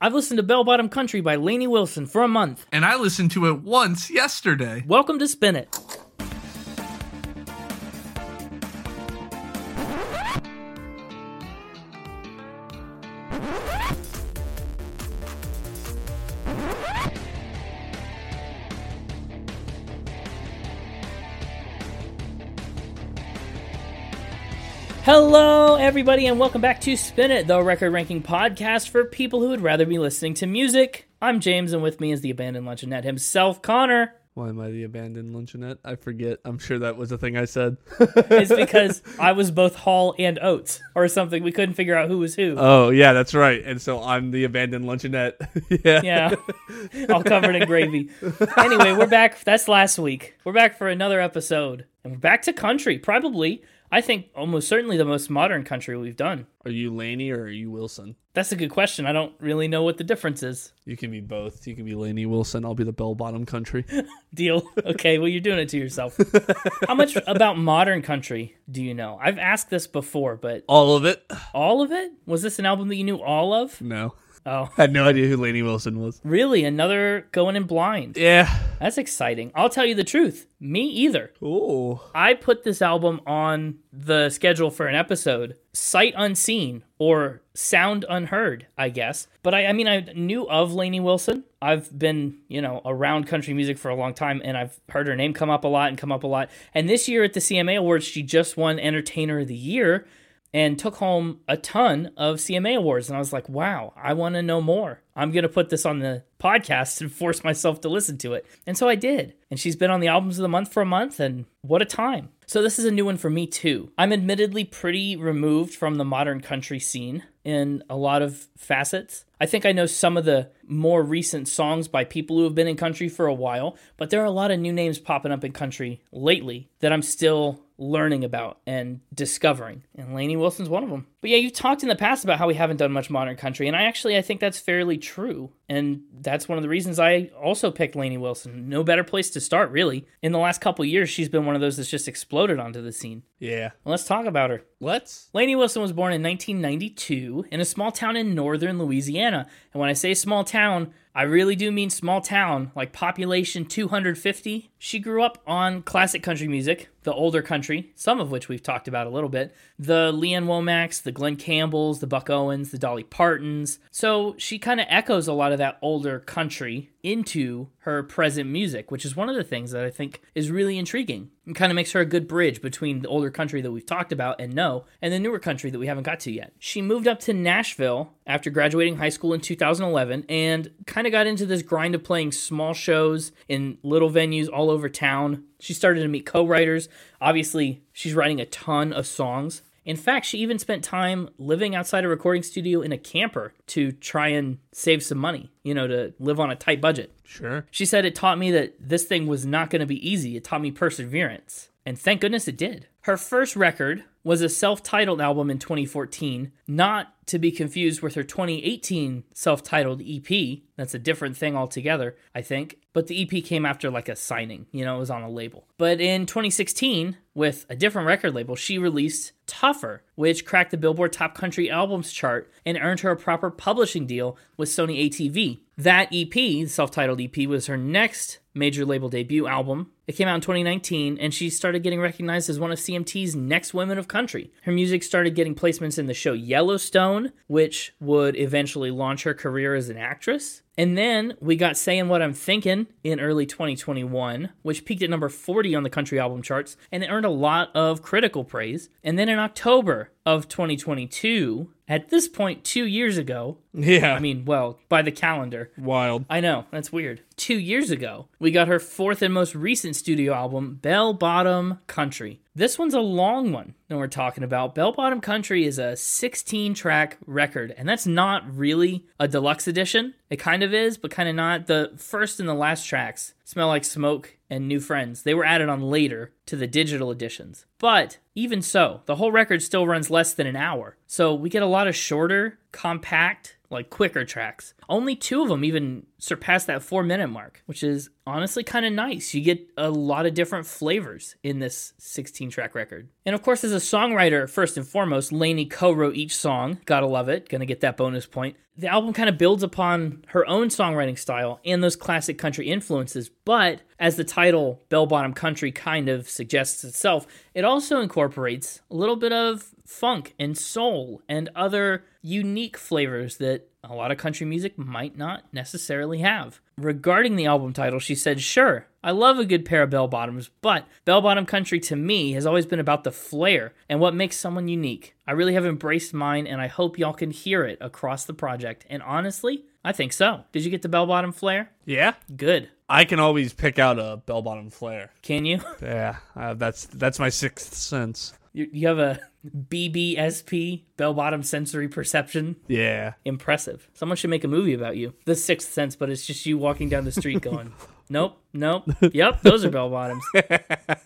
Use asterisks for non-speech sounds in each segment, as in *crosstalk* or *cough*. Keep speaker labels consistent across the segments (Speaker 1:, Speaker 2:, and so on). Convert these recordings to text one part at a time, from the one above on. Speaker 1: I've listened to Bell Bottom Country by Laney Wilson for a month.
Speaker 2: And I listened to it once yesterday.
Speaker 1: Welcome to Spin It. Hello, everybody, and welcome back to Spin It, the record ranking podcast for people who would rather be listening to music. I'm James, and with me is the abandoned luncheonette himself, Connor.
Speaker 3: Why am I the abandoned luncheonette? I forget. I'm sure that was a thing I said.
Speaker 1: It's because I was both Hall and Oates or something. We couldn't figure out who was who.
Speaker 3: oh yeah, that's right. And so I'm the abandoned luncheonette. *laughs* yeah.
Speaker 1: yeah, all covered in gravy. Anyway, we're back. That's last week. We're back for another episode, and we're back to country. Probably, I think, almost certainly the most modern country we've done.
Speaker 3: Are you Laney or are you Wilson?
Speaker 1: That's a good question. I don't really know what the difference is.
Speaker 3: You can be both. You can be Laney Wilson. I'll be the bell bottom *laughs* country.
Speaker 1: Deal. Okay, well, you're doing it to yourself. How much about modern country do you know? I've asked this before, but
Speaker 3: All of it.
Speaker 1: all of it? Was this an album that you knew all of?
Speaker 3: No.
Speaker 1: Oh,
Speaker 3: I had no idea who Laney Wilson was.
Speaker 1: really? Another going in blind?
Speaker 3: Yeah.
Speaker 1: That's exciting. I'll tell you the truth. Me either.
Speaker 3: Ooh.
Speaker 1: I put this album on the schedule for an episode, sight unseen or sound unheard, I guess. But I, I mean, I knew of Lainey Wilson. I've been, you know, around country music for a long time, and I've heard her name come up a lot and come up a lot. And this year at the CMA Awards, she just won Entertainer of the Year and took home a ton of CMA awards. And I was like, wow, I want to know more. I'm going to put this on the podcast and *laughs* force myself to listen to it. And so I did. And she's been on the albums of the month for a month, and what a time. So this is a new one for me, too. I'm admittedly pretty removed from the modern country scene in a lot of facets. I think I know some of the more recent songs by people who have been in country for a while, but there are a lot of new names popping up in country lately that I'm still learning about and discovering. And Laney Wilson's one of them. But yeah, you've talked in the past about how we haven't done much modern country, and I actually I think that's fairly true. And that's one of the reasons I also picked Laney Wilson. No better place to start, really. In the last couple years, she's been one of those that's just exploded onto the scene.
Speaker 3: Yeah.
Speaker 1: Let's talk about her.
Speaker 3: Let's.
Speaker 1: Laney Wilson was born in 1992 in a small town in northern Louisiana. And when I say small town, I really do mean small town, like population 250. She grew up on classic country music, the older country, some of which we've talked about a little bit, the Leanne Womax, the Glenn Campbells, the Buck Owens, the Dolly Partons. So she kind of echoes a lot of that older country into her present music, which is one of the things that I think is really intriguing and kind of makes her a good bridge between the older country that we've talked about and know and the newer country that we haven't got to yet. She moved up to Nashville after graduating high school in 2011 and kind of got into this grind of playing small shows in little venues all over town. She started to meet co writers. Obviously, she's writing a ton of songs. In fact, she even spent time living outside a recording studio in a camper to try and save some money, you know, to live on a tight budget.
Speaker 3: Sure.
Speaker 1: She said it taught me that this thing was not going to be easy. It taught me perseverance. And thank goodness it did. Her first record was a self titled album in 2014, not to be confused with her 2018 self titled EP. E That's a different thing altogether, I think. But the EP came after like a signing, you know, it was on a label. But in 2016, with a different record label, she released Tougher, which cracked the Billboard Top Country Albums chart and earned her a proper publishing deal with Sony ATV. That EP, the self titled EP, was her next major label debut album. It came out in 2019, and she started getting recognized as one of CMT's next women of country. Her music started getting placements in the show Yellowstone, which would eventually launch her career as an actress. And then we got Saying What I'm Thinking in early 2021, which peaked at number 40 on the country album charts, and it earned a lot of critical praise. And then in October of 2022, at this point, two years ago,
Speaker 3: Yeah.
Speaker 1: I mean, well, by the calendar,
Speaker 3: wild.
Speaker 1: I know, that's weird. Two years ago, we got her fourth and most recent studio album, Bell Bottom Country. This one's a long one that we're talking about. Bell Bottom Country is a 16 track record, and that's not really a deluxe edition. It kind of is, but kind of not. The first and the last tracks, Smell Like Smoke and New Friends, they were added on later to the digital editions. But even so, the whole record still runs less than an hour. So we get a lot of shorter, compact, like quicker tracks. Only two of them even surpassed that four minute mark, which is honestly kind of nice. You get a lot of different flavors in this 16 track record. And of course, as a songwriter, first and foremost, Lainey co wrote each song. Gotta love it. Gonna get that bonus point. The album kind of builds upon her own songwriting style and those classic country influences, but as the title Bell Bottom Country kind of suggests itself, it also incorporates a little bit of funk and soul and other unique flavors that a lot of country music might not necessarily have. Regarding the album title, she said, Sure, I love a good pair of bell bottoms, but bell bottom country to me has always been about the flair and what makes someone unique. I really have embraced mine, and I hope y'all can hear it across the project. And honestly, I think so. Did you get the bell bottom flair?
Speaker 3: Yeah,
Speaker 1: Good.
Speaker 3: I can always pick out a bell bottom flare.
Speaker 1: Can you? *laughs*
Speaker 3: Yeah, uh, that's that's my sixth sense.
Speaker 1: You you have a BBSP, bell bottom sensory perception.
Speaker 3: Yeah,
Speaker 1: Impressive. Someone should make a movie about you. The Sixth Sense, but it's just you walking down the street going, nope, nope, yep, those are bell bottoms.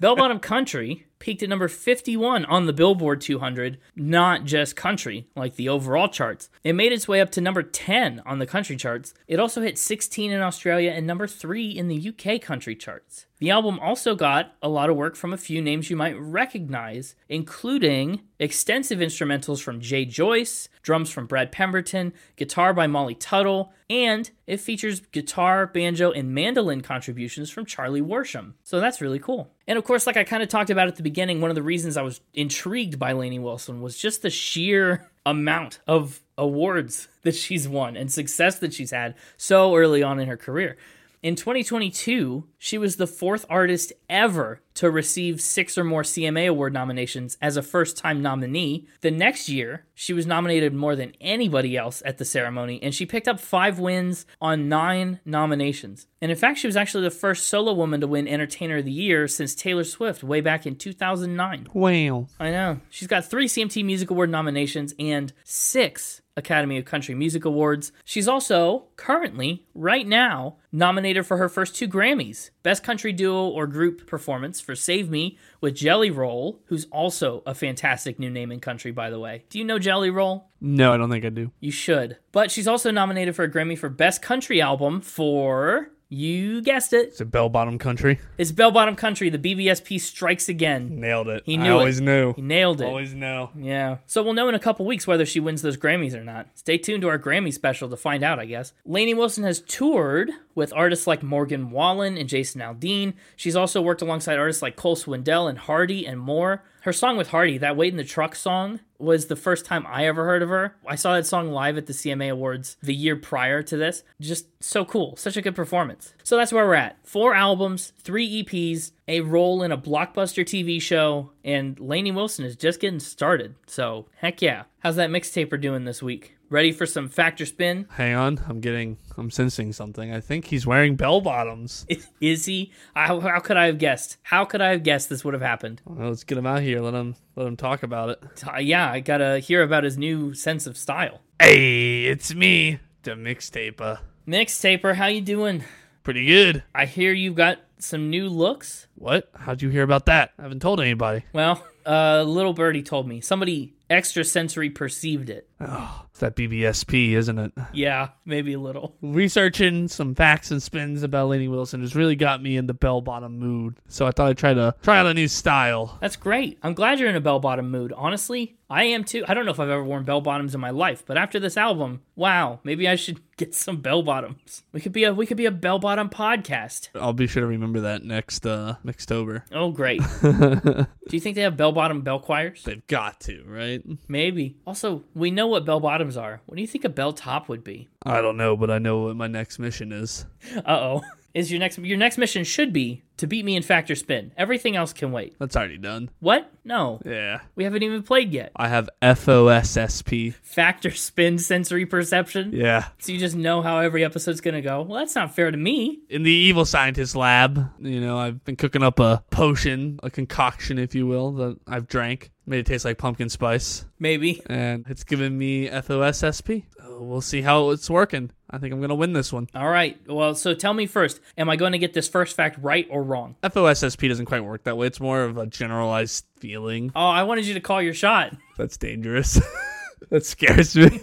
Speaker 1: bell bottom country peaked at number 51 on the Billboard 200, not just country, like the overall charts. It made its way up to number 10 on the country charts. It also hit 16 in Australia and number 3 in the UK country charts. The album also got a lot of work from a few names you might recognize, including extensive instrumentals from Jay Joyce, drums from Brad Pemberton, guitar by Molly Tuttle, and it features guitar, banjo, and mandolin contributions from Charlie Worsham. So that's really cool. And of course, like I kind of talked about at the beginning, one of the reasons I was intrigued by Lainey Wilson was just the sheer amount of awards *laughs* that she's won and success that she's had so early on in her career. In 2022, she was the fourth artist ever to receive six or more CMA Award nominations as a first time nominee. The next year, she was nominated more than anybody else at the ceremony, and she picked up five wins on nine nominations. And in fact, she was actually the first solo woman to win Entertainer of the Year since Taylor Swift way back in 2009.
Speaker 3: wow.
Speaker 1: I know. She's got three CMT Music Award nominations and six Academy of Country Music Awards. She's also currently, right now, nominated for her first two Grammys Best Country Duo or Group Performance for Save Me with Jelly Roll, who's also a fantastic new name in country, by the way. Do you know Jelly Roll?
Speaker 3: No, I don't think I do.
Speaker 1: You should. But she's also nominated for a Grammy for Best Country Album for. You guessed it.
Speaker 3: It's a bell bottom country.
Speaker 1: It's Bell Bottom Country. The BBSP strikes again.
Speaker 3: Nailed it.
Speaker 1: He
Speaker 3: I
Speaker 1: knew it.
Speaker 3: always knew.
Speaker 1: He nailed it.
Speaker 3: Always knew.
Speaker 1: Yeah. So we'll know in a couple weeks whether she wins those Grammys or not. Stay tuned to our Grammy special to find out, I guess. Lainey Wilson has toured with artists like Morgan Wallen and Jason Aldean. She's also worked alongside artists like Cole Swindell and Hardy and more. Her song with Hardy, that Wait in the Truck song, was the first time I ever heard of her. I saw that song live at the CMA Awards the year prior to this. Just so cool. Such a good performance. So that's where we're at. Four albums, three EPs, a role in a blockbuster TV show, and Lainey Wilson is just getting started. So, heck yeah. How's that mixtaper doing this week? Ready for some factor spin? *laughs*
Speaker 3: Hang on, I'm getting, I'm sensing something. I think he's wearing bell bottoms.
Speaker 1: Is he? How, how could I have guessed? How could I have guessed this would have happened?
Speaker 3: Well, let's get him out here. Let him, let him talk about it.
Speaker 1: Uh, yeah, I gotta hear about his new sense of style.
Speaker 3: Hey, it's me, the mixtaper.
Speaker 1: Mixtaper, how you doing?
Speaker 3: Pretty good.
Speaker 1: I hear you've got some new looks.
Speaker 3: What? How'd you hear about that? I haven't told anybody.
Speaker 1: Well, uh, little birdie told me somebody extrasensory perceived it.
Speaker 3: It's that BBSP, isn't it?
Speaker 1: Yeah, maybe a little.
Speaker 3: Researching some facts and spins about Lainey Wilson has really got me in the bell bottom mood. So I thought I'd try to try out a new style.
Speaker 1: That's great. I'm glad you're in a bell bottom mood. Honestly, I am too. I don't know if I've ever worn bell bottoms in my life, but after this album, wow, maybe I should *laughs* get some bell bottoms. We could be a we could be a bell bottom podcast.
Speaker 3: I'll be sure to remember that next uh Mixtober.
Speaker 1: Oh, great. Do you think they have bell bottom bell choirs?
Speaker 3: They've got to, right?
Speaker 1: Maybe. Also, we know what bell bottoms are. What do you think a bell top would be?
Speaker 3: I don't know, but I know what my next mission is.
Speaker 1: Uh oh. Is your next your next mission should be to beat me in factor spin. Everything else can wait.
Speaker 3: That's already done.
Speaker 1: What? No.
Speaker 3: Yeah.
Speaker 1: We haven't even played yet.
Speaker 3: I have FOSSP.
Speaker 1: Factor spin sensory perception.
Speaker 3: Yeah.
Speaker 1: So you just know how every episode's gonna go. Well, that's not fair to me.
Speaker 3: In the evil scientist lab, you know, I've been cooking up a potion, a concoction, if you will, that I've drank. Made it taste like pumpkin spice.
Speaker 1: Maybe.
Speaker 3: and it's giving me FOSSP. So we'll see how it's working. I think I'm gonna win this one.
Speaker 1: All right. Well, so tell me first. Am I going to get this first fact right or wrong?
Speaker 3: FOSSP doesn't quite work that way. It's more of a generalized feeling.
Speaker 1: Oh, I wanted you to call your shot.
Speaker 3: That's dangerous. *laughs* that scares me.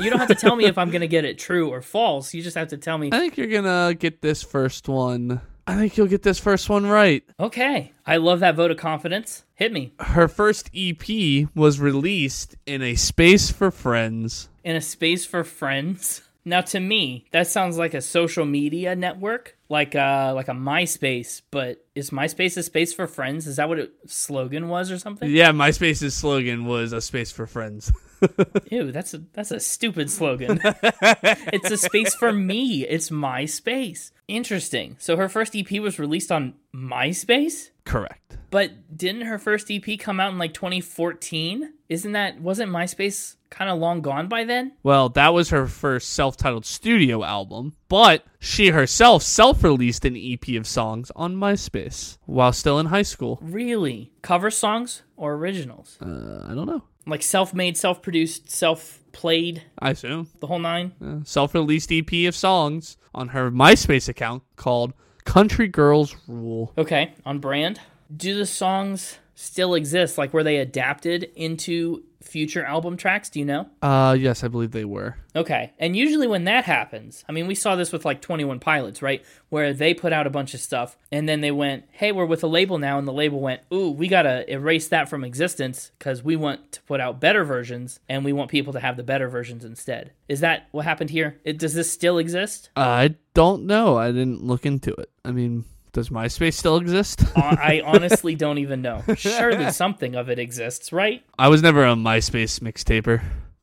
Speaker 1: You don't have to tell me if I'm gonna get it true or false. You just have to tell me.
Speaker 3: I think you're gonna get this first one. I think you'll get this first one right.
Speaker 1: Okay, I love that vote of confidence. Hit me
Speaker 3: Her first EP was released in a space for friends.
Speaker 1: in a space for friends. *laughs* Now, to me, that sounds like a social media network, like uh, like a MySpace. But is MySpace a space for friends? Is that what it slogan was or something?
Speaker 3: Yeah, MySpace's slogan was a space for friends. *laughs*
Speaker 1: Ew, that's a that's a stupid slogan. it's a space for me. It's my space. Interesting. So her first EP was released on MySpace,
Speaker 3: Correct.
Speaker 1: but didn't her first EP come out in like 2014? Isn't that wasn't MySpace kind of long gone by then?
Speaker 3: Well, that was her first self titled studio album, but she herself self released an EP of songs on MySpace while still in high school.
Speaker 1: Really? Cover songs or originals?
Speaker 3: Uh, I don't know.
Speaker 1: Like self-made, self-produced, self-played,
Speaker 3: I assume.
Speaker 1: the whole nine?
Speaker 3: self released EP of songs on her MySpace account called Country Girls Rule.
Speaker 1: Okay, on brand. Do the songs still exist? Like were they adapted into future album tracks, do you know?
Speaker 3: Uh, yes, I believe they were.
Speaker 1: Okay. And usually when that happens, I mean, we saw this with like 21 Pilots, right? Where they put out a bunch of stuff and then they went, hey, we're with a label now. And the label went, ooh, we got to erase that from existence because we want to put out better versions and we want people to have the better versions instead. Is that what happened here? It, does this still exist?
Speaker 3: Uh, I don't know. I didn't look into it. I mean, does MySpace still exist?
Speaker 1: Hon- I honestly don't even know. Surely something of it exists, right?
Speaker 3: I was never a MySpace mixtaper.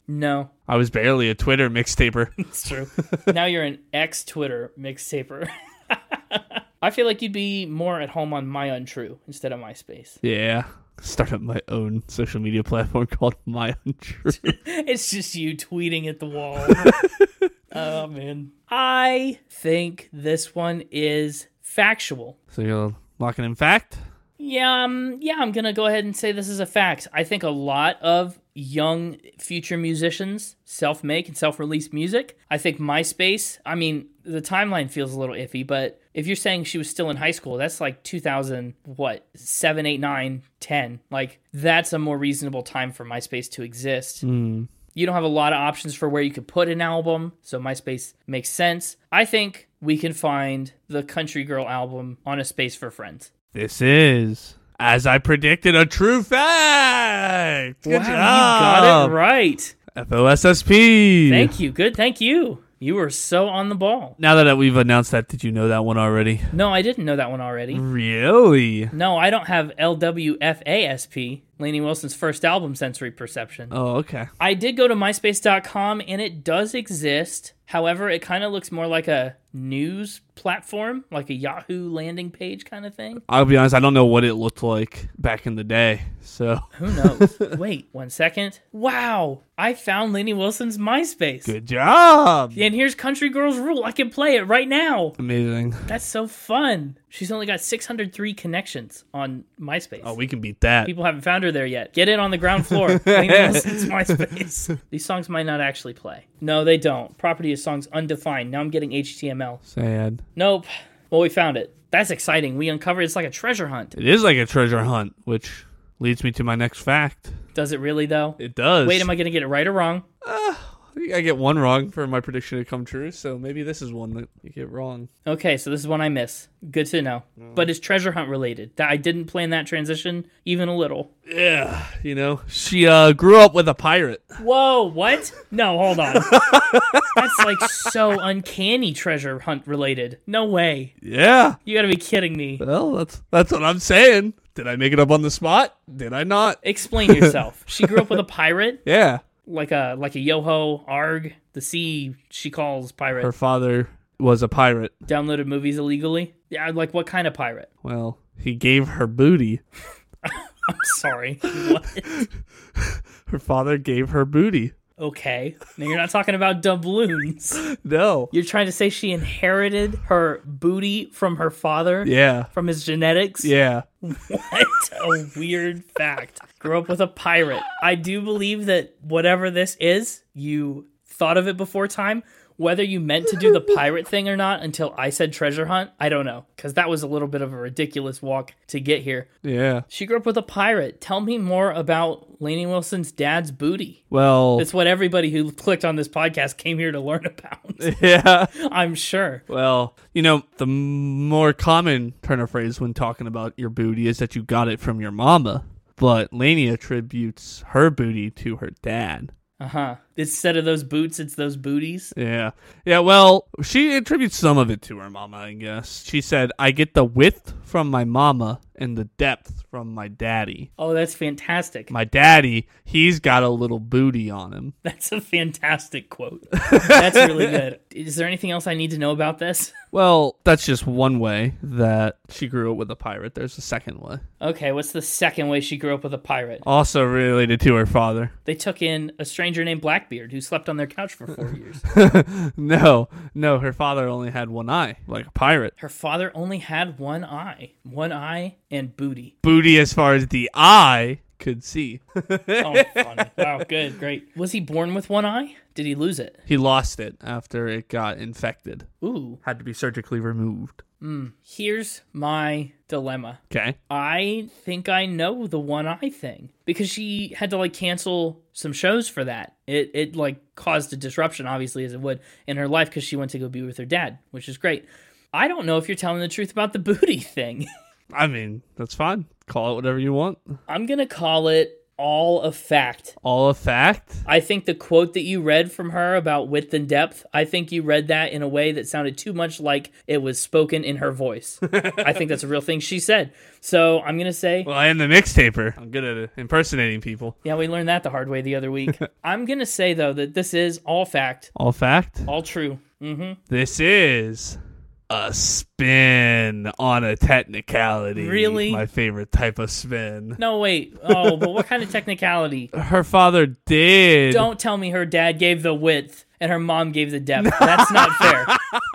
Speaker 1: No,
Speaker 3: I was barely a Twitter mixtaper. *laughs*
Speaker 1: it's true. now you're an ex Twitter mixtaper. *laughs* I feel like you'd be more at home on My Untrue instead of MySpace.
Speaker 3: yeah. Start up my own social media platform *laughs* called My Untrue.
Speaker 1: It's just you tweeting at the wall. oh man. I think this one is factual.
Speaker 3: so you're locking in fact?
Speaker 1: Yeah, um, yeah, I'm gonna go ahead and say this is a fact. I think a lot of young future musicians self-make and self-release music. I think MySpace. I mean, the timeline feels a little iffy, but if you're saying she was still in high school, that's like 2000, what, 7, 8, 9, 10. Like, that's a more reasonable time for MySpace to exist you don't have a lot of options for where you could put an album, so MySpace makes sense. I think we can find the Country Girl album on a space for friends.
Speaker 3: This is, as I predicted, a true fact. Good
Speaker 1: you got
Speaker 3: job.
Speaker 1: it right.
Speaker 3: FOSSP.
Speaker 1: Thank you. Good. Thank you. You were so on the ball.
Speaker 3: Now that we've announced that, did you know that one already?
Speaker 1: No, I didn't know that one
Speaker 3: Mm.
Speaker 1: already.
Speaker 3: Really?
Speaker 1: No, I don't have LWFASP, Laney Wilson's first album, Sensory Perception.
Speaker 3: Oh, okay.
Speaker 1: I did go to myspace.com and it does exist. However, it kind of looks more like a news platform, like a Yahoo landing page kind of thing.
Speaker 3: I'll be honest, I don't know what it looked like back in the day. So *laughs*
Speaker 1: Who knows? Wait one second. Wow, I found Lenny Wilson's MySpace.
Speaker 3: good job.
Speaker 1: And here's Country Girls Rule. I can play it right now.
Speaker 3: Amazing.
Speaker 1: That's so fun. She's only got 603 connections on MySpace.
Speaker 3: Oh, we can beat that.
Speaker 1: People haven't found her there yet. Get in on the ground
Speaker 3: *laughs*
Speaker 1: floor. Lenny Wilson's MySpace. These songs might not actually play. No, they don't. Property of songs undefined. Now I'm getting HTML.
Speaker 3: Sad.
Speaker 1: Nope. Well, we found it. That's exciting. We uncovered it's like a treasure hunt.
Speaker 3: It is like a treasure hunt, which leads me to my next fact.
Speaker 1: Does it really though?
Speaker 3: It does.
Speaker 1: Wait, am I going to get it right or wrong?
Speaker 3: I get one wrong for my prediction to come true, so maybe this is one that you get wrong.
Speaker 1: Okay, so this is one I miss. Good to know.
Speaker 3: Mm.
Speaker 1: But it's treasure hunt related. That I didn't plan that transition even a little.
Speaker 3: Yeah, you know, she uh, grew up with a pirate.
Speaker 1: Whoa, what? No, hold
Speaker 3: *laughs*
Speaker 1: on. That's like so uncanny treasure hunt related. No way.
Speaker 3: Yeah.
Speaker 1: You got to be kidding me.
Speaker 3: Well, that's that's what I'm saying. Did I make it up on the spot? Did I not? *laughs*
Speaker 1: Explain yourself. She grew up with a pirate,
Speaker 3: Yeah.
Speaker 1: like a like a yoho arg, the sea she calls pirate.
Speaker 3: Her father was a pirate.
Speaker 1: Downloaded movies illegally. Yeah, like what kind of pirate?
Speaker 3: Well, he gave her booty.
Speaker 1: I'm sorry. What?
Speaker 3: Her father gave her booty.
Speaker 1: Okay. Now you're not talking about doubloons.
Speaker 3: No.
Speaker 1: You're trying to say she inherited her booty from her father?
Speaker 3: Yeah.
Speaker 1: From his genetics?
Speaker 3: Yeah.
Speaker 1: What a weird fact. Grew up with a pirate. I do believe that whatever this is, you thought of it before time. Whether you meant to do the pirate thing or not until I said treasure hunt, I don't know, because that was a little bit of a ridiculous walk to get here.
Speaker 3: Yeah.
Speaker 1: She grew up with a pirate. Tell me more about Laney Wilson's dad's booty.
Speaker 3: Well,
Speaker 1: It's what everybody who clicked on this podcast came here to learn *laughs* about,
Speaker 3: *laughs* yeah.
Speaker 1: I'm sure.
Speaker 3: Well, you know, the m- more common turn of phrase when talking about your booty is that you got it from your mama. But Laney attributes her booty to her dad.
Speaker 1: Uh huh. Instead of those boots, it's those booties.
Speaker 3: Yeah. Yeah, well, she attributes some of it to her mama, I guess. She said, I get the width from my mama and the depth from my daddy.
Speaker 1: Oh, that's fantastic.
Speaker 3: My daddy, he's got a little booty on him.
Speaker 1: *laughs* That's a fantastic quote. That's really good. Is there anything else I need to know about this? *laughs*
Speaker 3: Well, that's just one way that she grew up with a pirate. There's a second way.
Speaker 1: Okay, what's the second way she grew up with a pirate?
Speaker 3: Also related to her father. *laughs*
Speaker 1: They took in a stranger named Blackbeard who slept on their couch for four years.
Speaker 3: No, no, her father only had one eye, like a pirate.
Speaker 1: Her father only had one eye, one eye and booty.
Speaker 3: Booty as far as the eye could see. *laughs*
Speaker 1: Oh, funny. Wow, good, great. Was he born with one eye? Did he lose it?
Speaker 3: he lost it after it got infected.
Speaker 1: Ooh.
Speaker 3: Had to be surgically removed.
Speaker 1: Here's my dilemma.
Speaker 3: Okay.
Speaker 1: I think I know the one eye thing because she had to like cancel some shows for that. It it like caused a disruption, obviously, as it would in her life because she went to go be with her dad, which is great. I don't know if you're telling the truth about the booty *laughs* thing.
Speaker 3: I mean, that's fine. Call it whatever you want.
Speaker 1: I'm gonna call it all a fact.
Speaker 3: All a fact.
Speaker 1: I think the quote that you read from her about width and depth, I think you read that in a way that sounded too much like it was spoken in her voice. I think that's a real thing she said. So I'm gonna say
Speaker 3: Well, I am the mixtaper. I'm good at impersonating people.
Speaker 1: Yeah, we learned that the hard way the other
Speaker 3: *laughs*
Speaker 1: week. I'm going to say, though, that this is all fact,
Speaker 3: All fact.
Speaker 1: all true. hmm
Speaker 3: This is a spin on a technicality.
Speaker 1: Really?
Speaker 3: My favorite type of spin.
Speaker 1: No, wait. Oh, but what kind of
Speaker 3: *laughs*
Speaker 1: technicality?
Speaker 3: Her father did.
Speaker 1: Don't tell me her dad gave the width and her mom gave the depth. That's not fair.
Speaker 3: *laughs*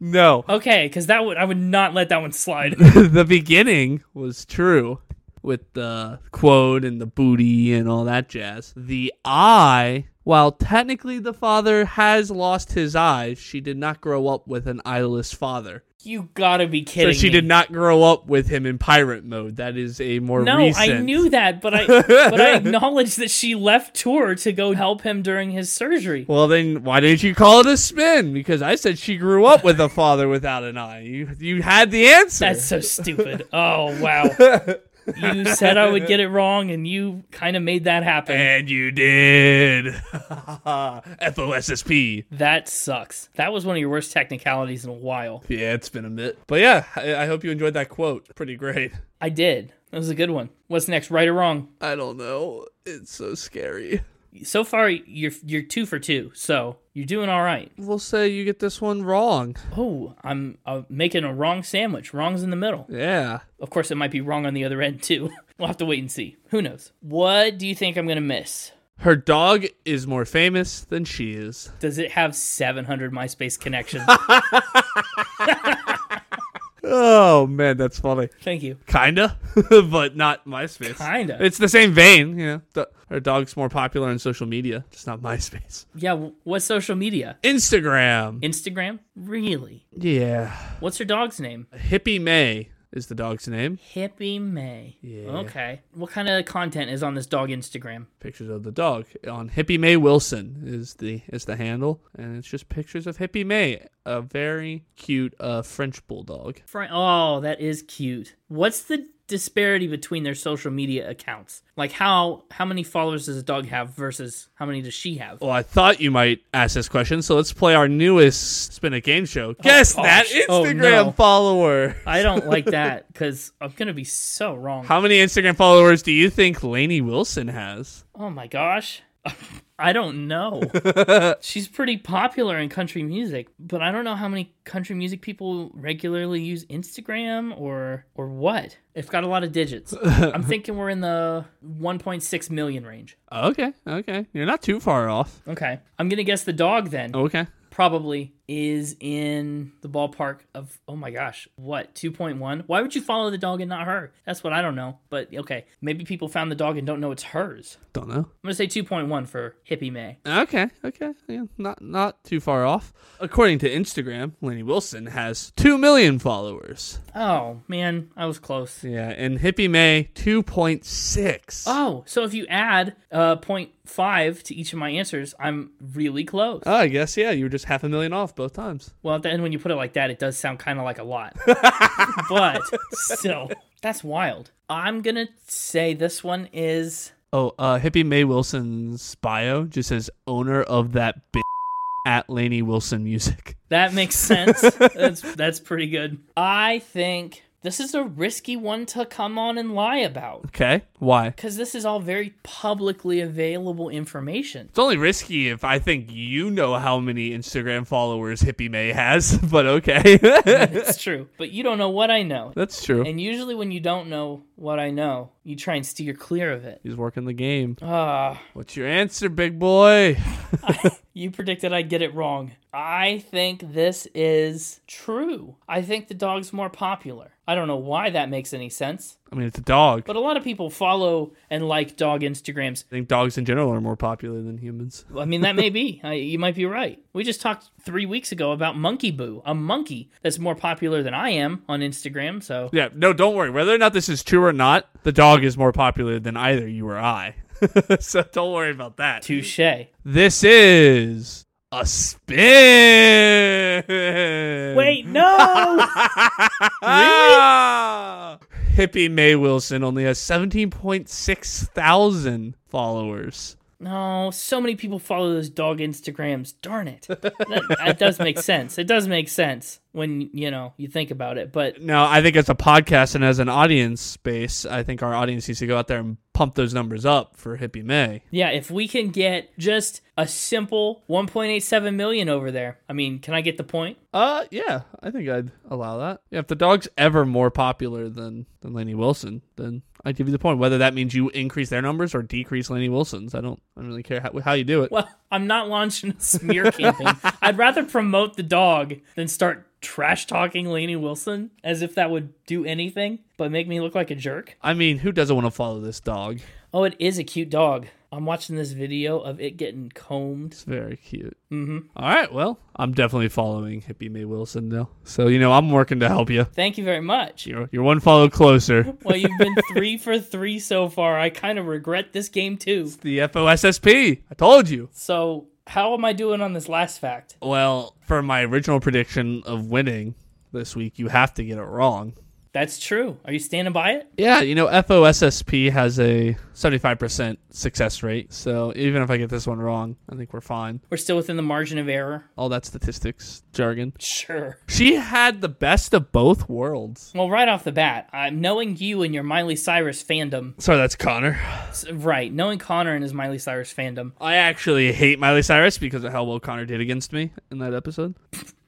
Speaker 3: No. *laughs*
Speaker 1: Okay, because that would I would not let that one slide.
Speaker 3: the beginning was true with the quote and the booty and all that jazz. The eye, while technically the father has lost his eyes, she did not grow up with an eyeless father.
Speaker 1: You gotta be
Speaker 3: So
Speaker 1: kidding
Speaker 3: she
Speaker 1: me.
Speaker 3: did not grow up with him in pirate mode. That is a more
Speaker 1: No,
Speaker 3: recent.
Speaker 1: I knew that, but
Speaker 3: *laughs*
Speaker 1: I but I acknowledge that she left Tour to go help him during his surgery.
Speaker 3: Well, then why didn't you call it a spin? Because I said she grew up with a father without an eye. You you had the answer.
Speaker 1: That's so
Speaker 3: *laughs*
Speaker 1: stupid. Oh wow. You said I would get it wrong and you kind of made that happen.
Speaker 3: and you did. *laughs* F O S S P.
Speaker 1: That sucks. That was one of your worst technicalities in a while.
Speaker 3: Yeah, it's been a bit. But yeah, I, I hope you enjoyed that quote. Pretty great.
Speaker 1: I did. That was a good one. What's next, right or wrong?
Speaker 3: I don't know. It's so scary.
Speaker 1: So far, you're you're two for two, so you're doing all right.
Speaker 3: We'll say you get this one wrong.
Speaker 1: Oh, I'm uh, making a wrong sandwich. Wrong's in the middle.
Speaker 3: Yeah.
Speaker 1: Of course, it might be wrong on the other end too. *laughs* we'll have to wait and see. Who knows? What do you think I'm gonna miss?
Speaker 3: Her dog is more famous than she is.
Speaker 1: Does it have 700 MySpace connections?
Speaker 3: Oh, man, that's funny.
Speaker 1: Thank you.
Speaker 3: Kinda, *laughs* but not MySpace.
Speaker 1: Kinda.
Speaker 3: It's the same vein, you know. The, her dog's more popular on social media, just not *laughs* MySpace.
Speaker 1: Yeah. w- What social media?
Speaker 3: Instagram.
Speaker 1: Instagram? Really?
Speaker 3: Yeah.
Speaker 1: What's her dog's name?
Speaker 3: Hippie May is the dog's name.
Speaker 1: Hippie May.
Speaker 3: Yeah.
Speaker 1: Okay. What kind of content is on this dog Instagram?
Speaker 3: pictures of the dog on Hippie May Wilson is the is the handle, and it's just pictures of Hippie May, a very cute uh, French bulldog.
Speaker 1: Fri oh, that is cute. What's the disparity between their social media accounts? Like how how many followers does a dog have versus how many does she have?
Speaker 3: Well, I thought you might ask this question, so let's play our newest Spin a Game Show. Guess
Speaker 1: gosh.
Speaker 3: that
Speaker 1: Oh,
Speaker 3: Instagram
Speaker 1: no.
Speaker 3: follower.
Speaker 1: I don't
Speaker 3: *laughs*
Speaker 1: like that because I'm gonna be so wrong.
Speaker 3: How many Instagram followers do you think Lainey Wilson has?
Speaker 1: Oh my gosh. *laughs* I don't know. She's pretty popular in country music, but I don't know how many country music people regularly use Instagram or or what. It's got a lot of digits. I'm thinking we're in the 1.6 million range.
Speaker 3: Okay, okay, you're not too far off.
Speaker 1: Okay. I'm going to guess the dog then.
Speaker 3: Okay,
Speaker 1: Probably is in the ballpark of oh my gosh, what 2.1? Why would you follow the dog and not her? That's what I don't know. But okay, maybe people found the dog and don't know it's hers.
Speaker 3: Don't know.
Speaker 1: I'm gonna say 2.1 for Hippie May.
Speaker 3: Okay, okay, yeah, not not too far off. According to Instagram, Laney Wilson has two million followers.
Speaker 1: Oh man, I was close.
Speaker 3: Yeah, and Hippie May two point six.
Speaker 1: Oh, so if you add uh 0.5 to each of my answers, I'm really close.
Speaker 3: Oh, I guess yeah, you were just half a million off both times.
Speaker 1: Well, at the end, when you put it like that, it does sound kind of like a lot. but still, that's wild. I'm going to say this one is.
Speaker 3: Oh, uh, Hippie May Wilson's bio just says owner of that bitch at Laney Wilson Music. *laughs*
Speaker 1: That makes sense. that's, that's pretty good. I think this is a risky one to come on and lie about
Speaker 3: Okay, why?
Speaker 1: because this is all very publicly available information.
Speaker 3: It's only risky if I think you know how many Instagram followers Hippie May has, *laughs* but okay. *laughs*
Speaker 1: It's true. But you don't know what I know.
Speaker 3: That's true.
Speaker 1: *laughs* And usually, when you don't know what I know, you try and steer clear of it.
Speaker 3: He's working the game.
Speaker 1: Ah.
Speaker 3: What's your answer, big boy?
Speaker 1: You predicted I'd get it wrong. I think this is true. I think the dog's more popular. I don't know why that makes any sense,
Speaker 3: I mean, it's a dog.
Speaker 1: but a lot of people follow and like dog Instagrams.
Speaker 3: I think dogs in general are more popular than humans.
Speaker 1: I mean, that may *laughs* be. I, you might be right. We just talked three weeks ago about Monkey Boo, a monkey that's more popular than I am on Instagram. So,
Speaker 3: Yeah, no, don't worry. Whether or not this is true or not, the dog is more popular than either you or I. *laughs* so don't worry about that.
Speaker 1: touche.
Speaker 3: This is a spin. *laughs*
Speaker 1: Wait, *laughs* no!
Speaker 3: Ah! Hippie May Wilson only has 17.6 thousand followers.
Speaker 1: No, Oh, so many people follow those dog Instagrams. Darn it. That, that does make sense. It does make sense when, you know, you think about it. But
Speaker 3: Now, I think as a podcast and as an audience space, I think our audience needs to go out there and pump those numbers up for Hippie May.
Speaker 1: yeah, if we can get just a simple 1.87 million over there, I mean, can I get the point? *laughs*
Speaker 3: Uh, yeah, I think I'd allow that. Yeah, if the dog's ever more popular than than Laney Wilson, then I give you the point. Whether that means you increase their numbers or decrease Laney Wilson's, I don't, I don't really care how, how you do it.
Speaker 1: Well, I'm not launching a smear campaign. I'd rather promote the dog than start trash talking Laney Wilson as if that would do anything but make me look like a jerk.
Speaker 3: I mean, who doesn't want to follow this dog?
Speaker 1: Oh, it is a cute dog. I'm watching this video of it getting combed.
Speaker 3: It's very cute. Mm-hmm. All right, well, I'm definitely following Hippie Mae Wilson now, so you know I'm working to help you.
Speaker 1: Thank you very much.
Speaker 3: You're you're one follow closer.
Speaker 1: Well, you've been three for three so far. I kind of regret this game too.
Speaker 3: *laughs* the FOSSP. I told you.
Speaker 1: So, how am I doing on this last fact?
Speaker 3: Well, for my original prediction of winning this week, you have to get it wrong.
Speaker 1: That's true. Are you standing by it?
Speaker 3: Yeah, you know, FOSSP has a 75% success rate. So even if I get this one wrong, I think we're fine.
Speaker 1: We're still within the margin of error.
Speaker 3: All that statistics jargon.
Speaker 1: Sure.
Speaker 3: She had the best of both worlds.
Speaker 1: Well, right off the bat, i knowing you and your Miley Cyrus fandom,
Speaker 3: Sorry, that's Connor.
Speaker 1: s- right? Knowing Connor and his Miley Cyrus fandom.
Speaker 3: I actually hate Miley Cyrus because of how well Connor did against me in that episode.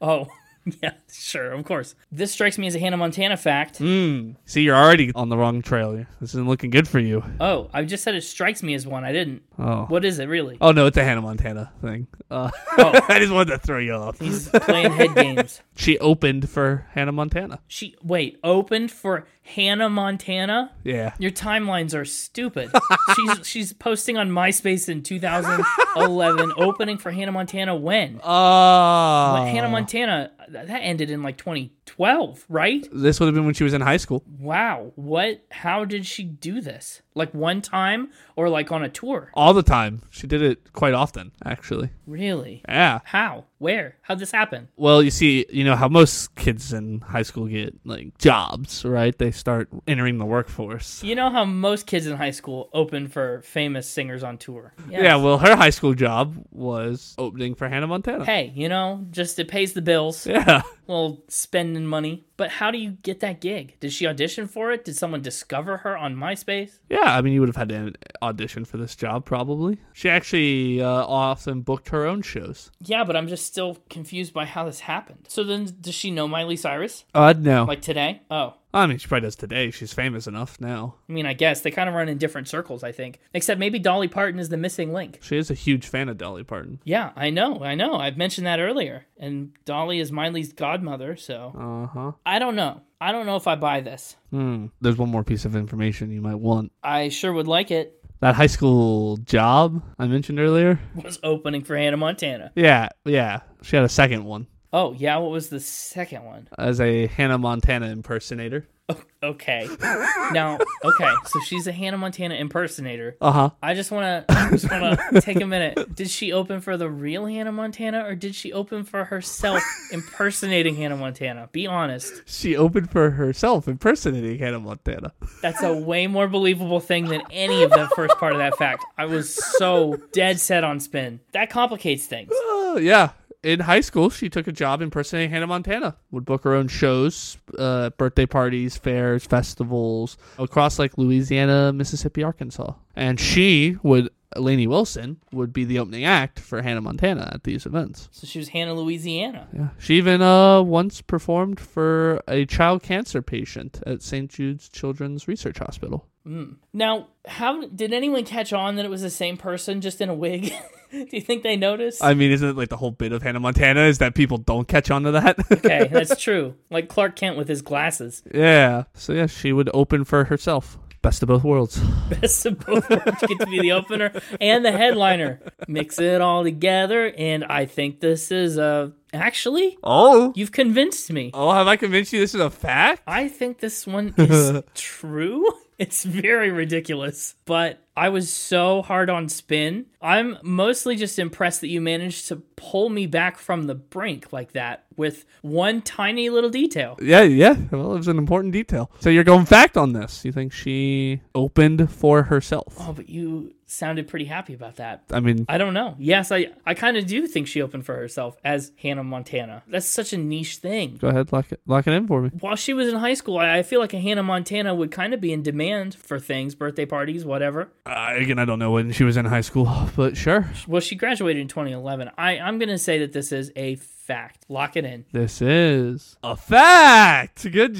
Speaker 1: Oh, *laughs* yeah, sure, of course. This strikes me as a Hannah Montana fact.
Speaker 3: See, you're already on the wrong trail. This isn't looking good for you.
Speaker 1: Oh, I just said it strikes me as one. I didn't.
Speaker 3: Oh.
Speaker 1: What is it
Speaker 3: *laughs*
Speaker 1: really?
Speaker 3: Oh, no, it's a Hannah Montana thing. Uh,
Speaker 1: Oh.
Speaker 3: *laughs* I just wanted to throw you off.
Speaker 1: He's playing head games.
Speaker 3: She opened for Hannah Montana.
Speaker 1: She wait opened for Hannah Montana.
Speaker 3: Yeah.
Speaker 1: Your timelines are stupid. *laughs* she's she's posting on MySpace in 2011, opening for Hannah Montana when
Speaker 3: Oh.
Speaker 1: But Hannah Montana th- that ended in like 2012, right?
Speaker 3: this would have been when she was in high school.
Speaker 1: Wow, what? How did she do this? Like one time or like on a tour?
Speaker 3: all the time. She did it quite often, actually.
Speaker 1: Really?
Speaker 3: Yeah.
Speaker 1: How? Where? How'd this happen?
Speaker 3: Well, you see, you know how most kids in high school get like jobs, right? They start entering the workforce.
Speaker 1: You know how most kids in high school open for famous singers on tour. Yes.
Speaker 3: Yeah, well, her high school job was opening for Hannah Montana.
Speaker 1: Hey, you know, just it pays the bills.
Speaker 3: Yeah.
Speaker 1: little spending money. But how do you get that gig? Did she audition for it? Did someone discover her on MySpace?
Speaker 3: Yeah, I mean, you would have had to audition for this job probably. She actually uh, often booked her own shows.
Speaker 1: Yeah, but I'm just still confused by how this happened. So then, does she know Miley Cyrus?
Speaker 3: Uh, no.
Speaker 1: Like today? Oh,
Speaker 3: I mean, she probably does today. She's famous enough now.
Speaker 1: I mean, I guess they kind of run in different circles, I think. Except maybe Dolly Parton is the missing link.
Speaker 3: She is a huge fan of Dolly Parton.
Speaker 1: Yeah, I know, I know. I've mentioned that earlier. And Dolly is Miley's godmother, so
Speaker 3: Uh huh.
Speaker 1: I don't know. I don't know if I buy this.
Speaker 3: Hmm. There's one more piece of information you might want.
Speaker 1: I sure would like it. *laughs*
Speaker 3: That high school job I mentioned earlier.
Speaker 1: Was opening for Hannah Montana.
Speaker 3: Yeah, yeah. She had a second one
Speaker 1: Oh, yeah, what was the second one?
Speaker 3: as a Hannah Montana impersonator.
Speaker 1: Okay. Now, okay, so she's a Hannah Montana impersonator.
Speaker 3: Uh huh.
Speaker 1: I just want to just want to take a minute. Did she open for the real Hannah Montana or did she open for herself impersonating Hannah Montana? Be honest.
Speaker 3: She opened for herself impersonating Hannah Montana.
Speaker 1: That's a way more believable thing than any of the first part of that fact. I was so dead set on spin. That complicates things.
Speaker 3: Uh, yeah. In high school, she took a job impersonating Hannah Montana. Would book her own shows, uh, birthday parties, fairs, festivals across like Louisiana, Mississippi, Arkansas. And she would, Lainey Wilson, would be the opening act for Hannah Montana at these events.
Speaker 1: So she was Hannah Louisiana.
Speaker 3: Yeah. She even uh, once performed for a child cancer patient at St. Jude's Children's Research Hospital.
Speaker 1: Now, how did anyone catch on that it was the same person just in a wig? *laughs* Do you think they noticed?
Speaker 3: I mean, isn't it like the whole bit of Hannah Montana is that people don't catch on to that?
Speaker 1: okay, that's true. Like Clark Kent with his glasses.
Speaker 3: *laughs* Yeah. So yeah, she would open for herself. Best of both worlds.
Speaker 1: *laughs* Best of both worlds. You Get to be the opener and the headliner. Mix it all together, and I think this is a. Actually,
Speaker 3: Oh.
Speaker 1: you've convinced me.
Speaker 3: Oh, have I convinced you this is a fact?
Speaker 1: I think this one is true. It's very ridiculous, but I was so hard on spin. I'm mostly just impressed that you managed to pull me back from the brink like that with one tiny little detail.
Speaker 3: Yeah, yeah. Well, it was an important detail. So you're going fact on this. You think she opened for herself?
Speaker 1: Oh, but you sounded pretty happy about that.
Speaker 3: I mean,
Speaker 1: I don't know. Yes, I, I kind of do think she opened for herself as Hannah Montana. That's such a niche thing.
Speaker 3: go ahead, lock it, lock it in for me.
Speaker 1: While she was in high school, I I feel like a Hannah Montana would kind of be in demand for things, birthday parties, whatever.
Speaker 3: Uh, again, I don't know when she was in high school, *laughs* but sure,
Speaker 1: Well, she graduated in 2011. I, I'm going to say that this is a fact. Lock it in.
Speaker 3: this is a fact. Good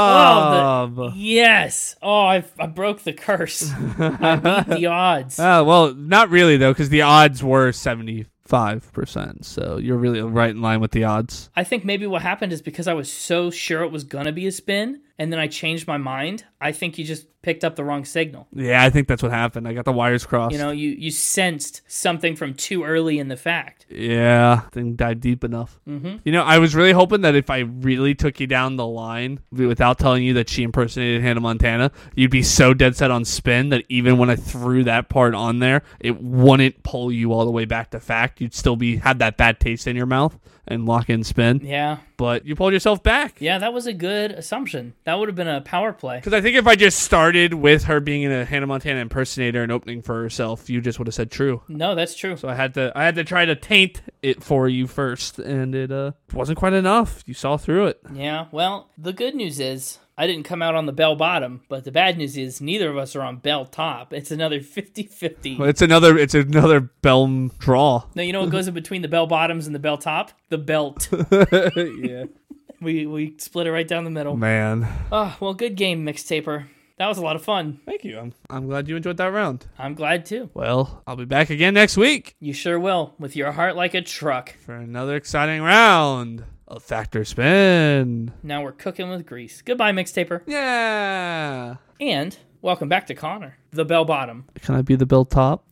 Speaker 3: job.
Speaker 1: the- yes. Oh, I, I broke the curse. I beat the odds.
Speaker 3: Uh, well, not really though, because the odds were seventy-five percent. So you're really right in line with the odds.
Speaker 1: I think maybe what happened is because I was so sure it was going to be a spin and then I changed my mind. I think you just picked up the wrong signal.
Speaker 3: Yeah, I think that's what happened. I got the wires crossed.
Speaker 1: You know, you, you sensed something from too early in the fact.
Speaker 3: yeah, didn't dive deep enough. Mm-hmm. You know, I was really hoping that if I really took you down the line without telling you that she impersonated Hannah Montana, you'd be so dead set on spin that even when I threw that part on there, it wouldn't pull you all the way back to fact. You'd still be have that bad taste in your mouth and lock in spin.
Speaker 1: Yeah.
Speaker 3: But you pulled yourself back.
Speaker 1: Yeah, that was a good assumption. That would have been a power play.
Speaker 3: Because I think if I just started with her being in a Hannah Montana impersonator and opening for herself, you just would have said true.
Speaker 1: No, that's true.
Speaker 3: So I had to I had to try to taint it for you first, and it uh wasn't quite enough. You saw through it.
Speaker 1: Yeah, well, the good news is I didn't come out on the bell bottom, but the bad news is neither of us are on bell top. It's another 50 50.
Speaker 3: It's another it's another Belm draw.
Speaker 1: No, you know what goes in between the bell bottoms and the bell top? The belt.
Speaker 3: *laughs* yeah,
Speaker 1: we, we split it right down the middle.
Speaker 3: man.
Speaker 1: Oh, well, good game, mixtaper. That was a lot of fun.
Speaker 3: Thank you. I'm I'm glad you enjoyed that round.
Speaker 1: I'm glad too.
Speaker 3: Well, I'll be back again next week
Speaker 1: You sure will, with your heart like a truck.
Speaker 3: for another exciting round of Factor Spin.
Speaker 1: Now we're cooking with grease. Goodbye, mixtaper.
Speaker 3: Yeah.
Speaker 1: And welcome back to Connor, the bell bottom.
Speaker 3: Can I be the Bill Top?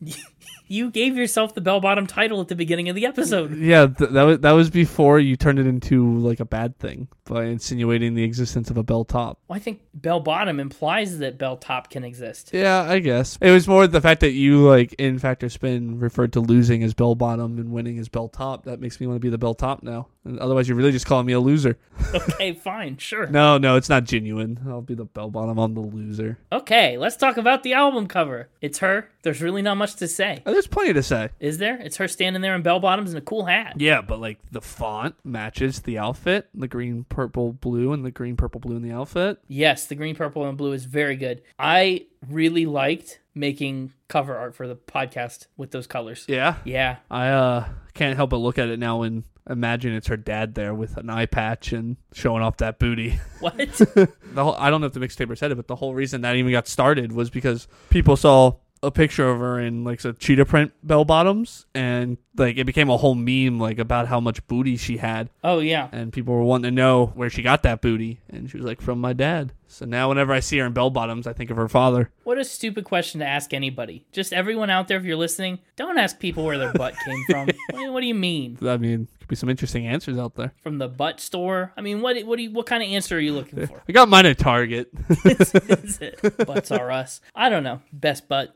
Speaker 1: You gave yourself the bell bottom title at the beginning of the episode.
Speaker 3: Yeah, th- that was that was before you turned it into like a bad thing by insinuating the existence of a bell top.
Speaker 1: Well, I think bell bottom implies that bell top can exist. *laughs*
Speaker 3: Yeah, I guess it was more the fact that you like in Factor Spin referred to losing as bell bottom and winning as bell top. That makes me want to be the bell top now. And otherwise, you're really just calling me a loser.
Speaker 1: Okay, fine, sure.
Speaker 3: No, no, it's not genuine. I'll be the bell bottom. I'm the loser.
Speaker 1: Okay, let's talk about the album cover. It's her. There's really not much to say.
Speaker 3: Oh, there's plenty to say.
Speaker 1: Is there? It's her standing there in bell bottoms and a cool hat.
Speaker 3: Yeah, but like the font matches the outfit. The green, purple, blue, and the green, purple, blue in the outfit.
Speaker 1: Yes, the green, purple, and blue is very good. I really liked making cover art for the podcast with those colors.
Speaker 3: Yeah.
Speaker 1: Yeah. *laughs*
Speaker 3: I uh can't help but look at it now and imagine it's her dad there with an eye patch and showing off that booty. *laughs*
Speaker 1: What?
Speaker 3: The whole, I don't know if the mixtaper said it, but the whole reason that even got started was because people saw a picture of her in like some cheetah print bell bottoms, and like it became a whole meme like about how much booty she had,
Speaker 1: oh yeah.
Speaker 3: and people were wanting to know where she got that booty, and she was like from my dad. So now whenever I see her in bell bottoms, I think of her father.
Speaker 1: What a stupid question to ask anybody. Just everyone out there, if you're listening, don't ask people where their butt came from. What, do- what do you mean?
Speaker 3: I mean, could be some interesting answers out there.
Speaker 1: From the butt store? I mean, what? What do you? What kind of answer are you looking
Speaker 3: *laughs*
Speaker 1: for?
Speaker 3: I got mine at Target. *laughs*
Speaker 1: Is it butts are us? I don't know. Best butt?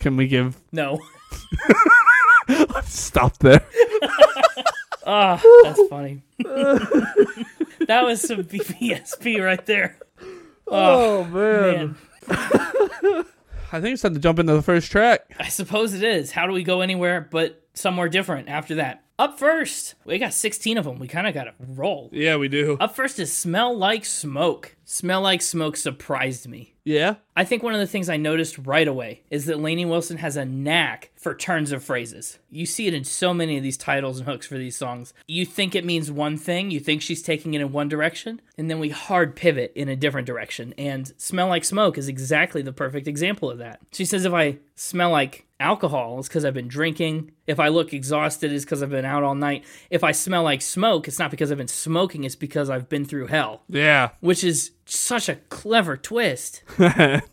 Speaker 3: Can we give?
Speaker 1: No. *laughs*
Speaker 3: Stop there.
Speaker 1: Ah, that's funny. *laughs* that was some BPSP right there.
Speaker 3: *laughs* Oh,
Speaker 1: Man,
Speaker 3: man. I think it's time to jump into the first track.
Speaker 1: I suppose it is. How do we go anywhere but somewhere different after that? Up first, we got 16 of them. We kind of got to roll.
Speaker 3: Yeah, we do.
Speaker 1: Up first is Smell Like Smoke. Smell Like Smoke surprised me.
Speaker 3: Yeah.
Speaker 1: I think one of the things I noticed right away is that Laney Wilson has a knack for turns of phrases. You see it in so many of these titles and hooks for these songs. You think it means one thing, you think she's taking it in one direction, and then we hard pivot in a different direction. And Smell Like Smoke is exactly the perfect example of that. She says, If I smell like alcohol, it's because I've been drinking. If I look exhausted, it's because I've been out all night. If I smell like smoke, it's not because I've been smoking, it's because I've been through hell,
Speaker 3: Yeah.
Speaker 1: which is such a clever twist.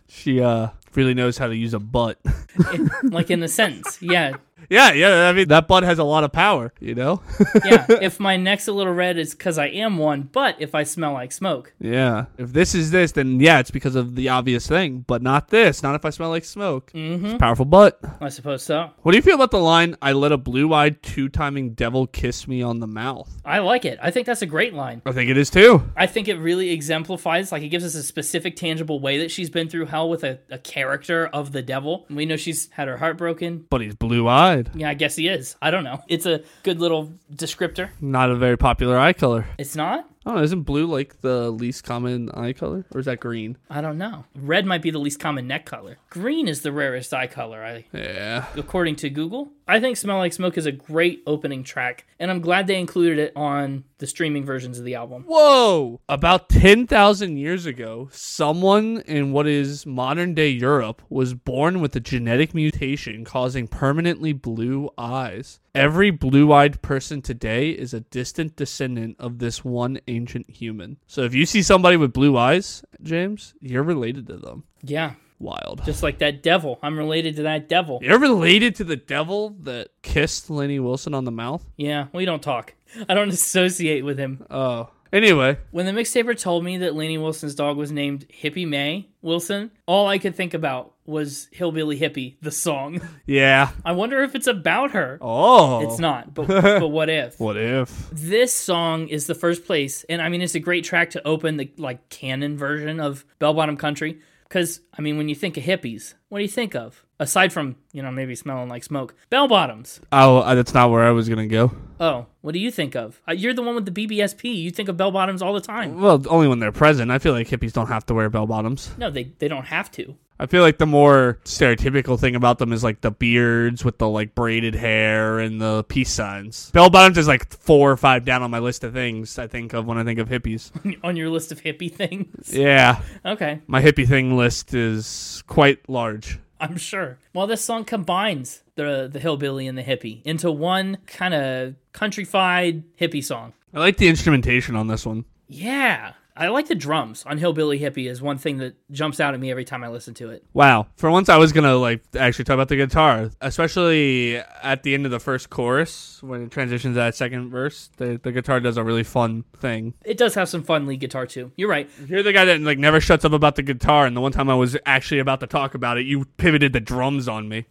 Speaker 3: she uh really knows how to use a butt. *laughs*
Speaker 1: like in a sentence. Yeah.
Speaker 3: yeah, yeah. I mean, that butt has a lot of power, you know? *laughs*
Speaker 1: Yeah. If my neck's a little red, it's because I am one, but if I smell like smoke.
Speaker 3: yeah. If this is this, then yeah, it's because of the obvious thing, but not this. Not if I smell like smoke. Mm-hmm. It's a powerful butt.
Speaker 1: I suppose so.
Speaker 3: What do you feel about the line, I let a blue eyed two timing devil kiss me on the mouth?
Speaker 1: I like it. I think that's a great line.
Speaker 3: I think it is too.
Speaker 1: I think it really exemplifies, like, it gives us a specific, tangible way that she's been through hell with a, a character of the devil. We know she's had her heart broken.
Speaker 3: But he's blue eyed.
Speaker 1: Yeah, I guess he is. I don't know. It's a good little descriptor.
Speaker 3: Not a very popular eye color.
Speaker 1: It's not?
Speaker 3: Oh, isn't blue like the least common eye color? Or is that green?
Speaker 1: I don't know. Red might be the least common neck color. Green is the rarest eye color, I
Speaker 3: Yeah.
Speaker 1: according to Google. I think Smell Like Smoke is a great opening track, and I'm glad they included it on the streaming versions of the album.
Speaker 3: Whoa! About 10,000 years ago, someone in what is modern day Europe was born with a genetic mutation causing permanently blue eyes. Every blue eyed person today is a distant descendant of this one ancient human. So if you see somebody with blue eyes, James, you're related to them.
Speaker 1: Yeah,
Speaker 3: Wild.
Speaker 1: just like that devil. I'm related to that devil.
Speaker 3: You're related to the devil that kissed Lenny Wilson on the mouth?
Speaker 1: Yeah, we don't talk. *laughs* I don't associate with him.
Speaker 3: Oh. Anyway,
Speaker 1: When the mixtaper told me that Laney Wilson's dog was named Hippie May Wilson, all I could think about was Hillbilly Hippie, the song. *laughs*
Speaker 3: yeah.
Speaker 1: I wonder if it's about her.
Speaker 3: Oh.
Speaker 1: It's not, but, but what if?
Speaker 3: What if?
Speaker 1: this song is the first place and i mean it's a great track to open the like canon version of bell bottom country because i mean when you think of hippies what do you think of aside from you know maybe smelling like smoke bell bottoms
Speaker 3: Oh, uh, that's not where I was gonna go.
Speaker 1: oh what do you think of Uh, you're the one with the bbsp you think of bell bottoms all the time
Speaker 3: Well, only when they're present. I feel like hippies don't have to wear bell bottoms.
Speaker 1: no they, they don't have to *laughs*
Speaker 3: I feel like the more stereotypical thing about them is like the beards with the like braided hair and the peace signs. Bell bottoms is like four or five down on my list of things I think of when I think of hippies.
Speaker 1: on your list of hippie things *laughs*
Speaker 3: yeah,
Speaker 1: okay
Speaker 3: my hippie thing list is quite large.
Speaker 1: i'm sure well this song combines the the hillbilly and the hippie into one kind of countrified hippie song
Speaker 3: I like the instrumentation on this one.
Speaker 1: Yeah. I like the drums on Hillbilly Hippie is one thing that jumps out at me every time I listen to it.
Speaker 3: Wow. For once, I was gonna like actually talk about the guitar, especially at the end of the first chorus when it transitions to that second verse. The, the guitar does a really fun thing.
Speaker 1: It does have some fun lead guitar too. You're right.
Speaker 3: You're the guy that like never shuts up about the guitar, and the one time I was actually about to talk about it, you pivoted the drums on me.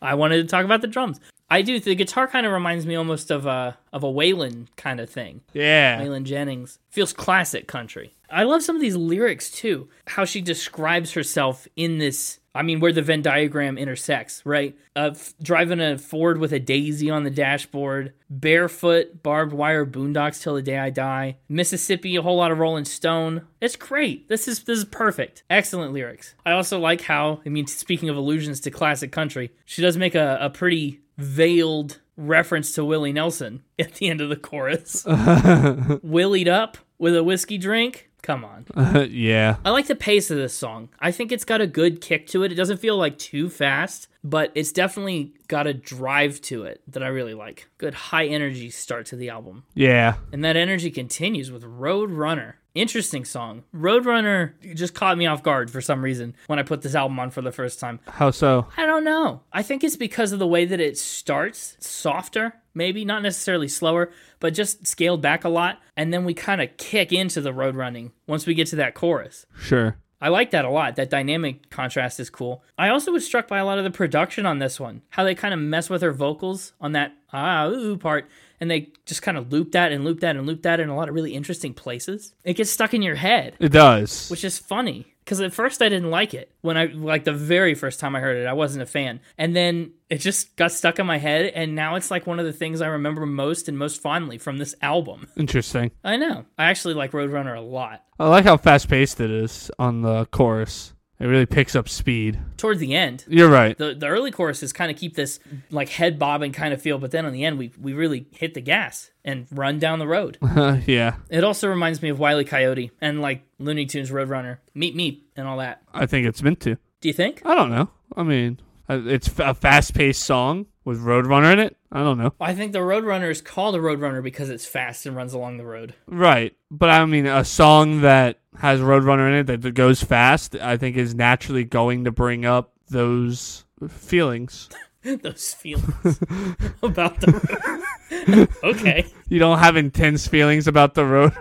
Speaker 1: I wanted to talk about the drums. I do. The guitar kind of reminds me almost of a of a Waylon kind of thing.
Speaker 3: Yeah.
Speaker 1: Waylon Jennings feels classic country. I love some of these lyrics too. How she describes herself in this. I mean, where the Venn diagram intersects, right? Of driving a Ford with a daisy on the dashboard, barefoot, barbed wire, boondocks till the day I die, Mississippi, a whole lot of Rolling Stone. It's great. This is this is perfect. Excellent lyrics. I also like how. I mean, speaking of allusions to classic country, she does make a, a pretty veiled reference to Willie Nelson *laughs* at the end of the chorus willied up with a whiskey drink. Come on.
Speaker 3: *laughs* yeah.
Speaker 1: I like the pace of this song. I think it's got a good kick to it. It doesn't feel like too fast, but it's definitely got a drive to it that I really like. Good high energy start to the album.
Speaker 3: Yeah.
Speaker 1: And that energy continues with Road Runner. Interesting song. Road Runner just caught me off guard for some reason when I put this album on for the first time.
Speaker 3: How so?
Speaker 1: I don't know. I think it's because of the way that it starts It's softer, maybe not necessarily slower, but just scaled back a lot. And then we kind of kick into the road running once we get to that chorus.
Speaker 3: Sure.
Speaker 1: I like that a lot. That dynamic contrast is cool. I also was struck by a lot of the production on this one, how they kind of mess with her vocals on that ah ooh part, and they just kind of loop that and loop that and loop that in a lot of really interesting places. It gets stuck in your head
Speaker 3: It does.
Speaker 1: which is funny because at first I didn't like it when I like the very first time I heard it, I wasn't a fan, and then it just got stuck in my head, and now it's like one of the things I remember most and most fondly from this album.
Speaker 3: Interesting.
Speaker 1: I know I actually like Roadrunner a lot.
Speaker 3: I like how fast paced it is on the chorus. It really picks up speed.
Speaker 1: Towards the end, *laughs*
Speaker 3: You're right. *laughs*
Speaker 1: the the early choruses kind of keep this like head bobbing kind of feel, but then on the end we we really hit the gas and run down the road.
Speaker 3: yeah.
Speaker 1: it also reminds me of Wile E. Coyote and like Looney Tunes Roadrunner, Meet Me, and all that.
Speaker 3: I think it's meant to.
Speaker 1: Do you think?
Speaker 3: I don't know. I mean, uh, it's f- a fast paced song with Roadrunner in it. I don't know.
Speaker 1: I think the Roadrunner is called a Roadrunner because it's fast and runs along the road. *laughs*
Speaker 3: Right. But I mean, a song that has Roadrunner in it that, that goes fast, I think is naturally going to bring up those feelings.
Speaker 1: Those feelings about the road. *laughs* okay.
Speaker 3: You don't have intense feelings about the road.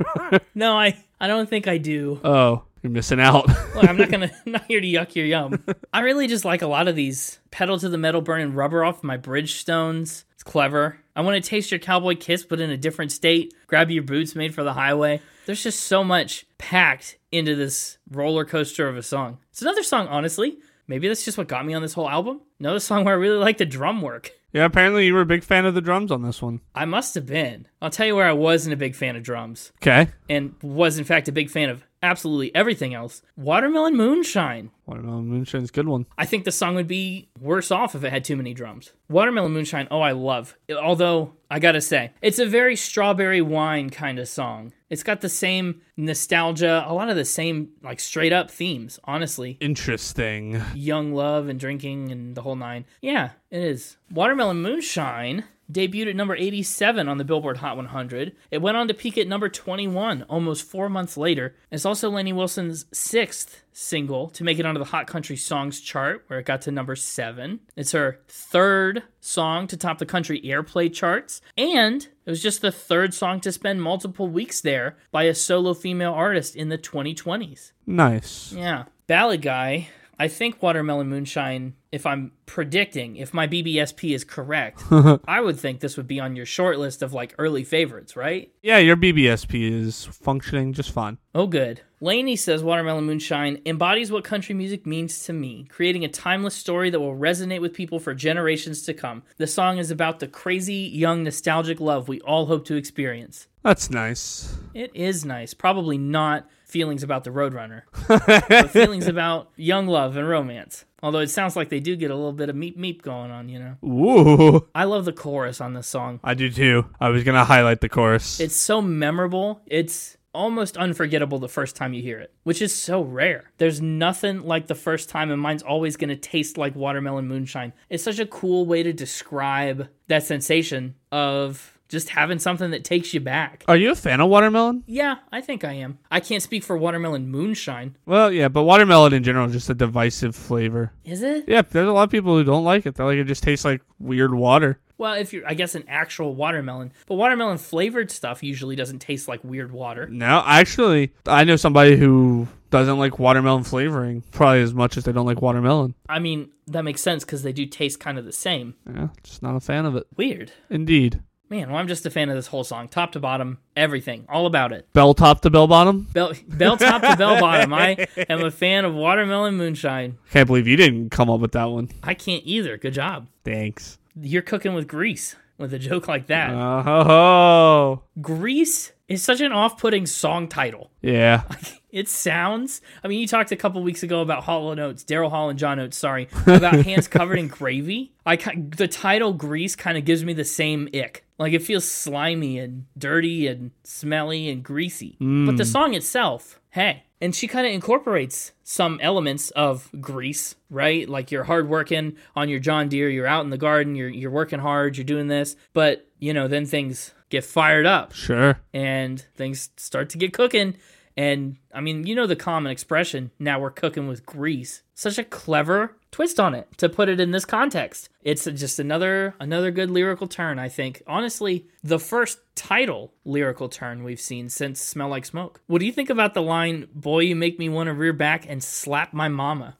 Speaker 3: *laughs*
Speaker 1: No, I, I don't think I do.
Speaker 3: oh, you're missing out. *laughs*
Speaker 1: Look, I'm not gonna *laughs* I'm not here to yuck your yum. I really just like a lot of these pedal to the metal burning rubber off my Bridgestones. It's clever. I want to taste your cowboy kiss, but in a different state. Grab your boots made for the highway. There's just so much packed into this roller coaster of a song. It's another song, honestly. Maybe that's just what got me on this whole album. Another song where I really like the drum work.
Speaker 3: yeah, apparently you were a big fan of the drums on this one.
Speaker 1: I must have been. I'll tell you where I wasn't a big fan of drums
Speaker 3: Okay.
Speaker 1: and was, in fact, a big fan of absolutely everything else. Watermelon Moonshine.
Speaker 3: Watermelon Moonshine's a good one.
Speaker 1: I think the song would be worse off if it had too many drums. Watermelon Moonshine, oh, I love. Although, I gotta say, it's a very strawberry wine kind of song. It's got the same nostalgia, a lot of the same, like, straight up themes, honestly.
Speaker 3: Interesting.
Speaker 1: Young love and drinking and the whole nine. Yeah, it is. Watermelon Moonshine debuted at number 87 on the Billboard Hot 100. It went on to peak at number 21 almost four months later. It's also Laney Wilson's sixth single to make it onto the Hot Country Songs chart, where it got to number seven. It's her third song to top the country airplay charts, and it was just the third song to spend multiple weeks there by a solo female artist in the 2020s.
Speaker 3: Nice.
Speaker 1: Yeah. Ballad guy. I think Watermelon Moonshine, if I'm predicting, if my BBSP is correct, I would think this would be on your short list of like early favorites, right?
Speaker 3: Yeah, your BBSP is functioning just fine.
Speaker 1: Oh, good. Laney says Watermelon Moonshine embodies what country music means to me, creating a timeless story that will resonate with people for generations to come. The song is about the crazy, young, nostalgic love we all hope to experience.
Speaker 3: That's nice.
Speaker 1: It is nice. Probably not feelings about the Roadrunner, but feelings about young love and romance. Although it sounds like they do get a little bit of meep meep going on, you know.
Speaker 3: Ooh.
Speaker 1: I love the chorus on this song.
Speaker 3: I do too. I was going to highlight the chorus.
Speaker 1: It's so memorable. It's almost unforgettable the first time you hear it, which is so rare. There's nothing like the first time, and mine's always going to taste like watermelon moonshine. It's such a cool way to describe that sensation of just having something that takes you back.
Speaker 3: Are you a fan of watermelon?
Speaker 1: Yeah, I think I am. I can't speak for watermelon moonshine.
Speaker 3: Well, yeah, but watermelon in general is just a divisive flavor.
Speaker 1: Is it?
Speaker 3: Yeah, there's a lot of people who don't like it. They like it just tastes like weird water.
Speaker 1: Well, if you're, I guess, an actual watermelon, but watermelon flavored stuff usually doesn't taste like weird water.
Speaker 3: No, actually, I know somebody who doesn't like watermelon flavoring probably as much as they don't like watermelon.
Speaker 1: I mean, that makes sense because they do taste kind of the same.
Speaker 3: Yeah, just not a fan of it.
Speaker 1: Weird.
Speaker 3: Indeed.
Speaker 1: Man, well, I'm just a fan of this whole song, top to bottom, everything, all about it.
Speaker 3: Bell top to bell bottom.
Speaker 1: Bell, bell top to bell bottom. I am a fan of watermelon moonshine.
Speaker 3: Can't believe you didn't come up with that one.
Speaker 1: I can't either. Good job.
Speaker 3: Thanks.
Speaker 1: You're cooking with grease with a joke like that.
Speaker 3: Oh, ho, ho.
Speaker 1: Grease is such an off-putting song title.
Speaker 3: yeah.
Speaker 1: It sounds. I mean, you talked a couple weeks ago about Hall and Oates, Daryl Hall and John Oates. Sorry about hands covered in gravy. I ki- the title "Grease" kind of gives me the same ick. Like it feels slimy and dirty and smelly and greasy. But the song itself, hey, and she kind of incorporates some elements of grease, right? Like you're hard working on your John Deere, you're out in the garden, you're you're working hard, you're doing this, but you know then things get fired up
Speaker 3: Sure.
Speaker 1: and things start to get cooking. And I mean, you know the common expression, now we're cooking with grease. Such a clever twist on it to put it in this context. It's just another another good lyrical turn, I think. Honestly, the first title lyrical turn we've seen since Smell Like Smoke. What do you think about the line, "Boy, you make me want to rear back and slap my mama?"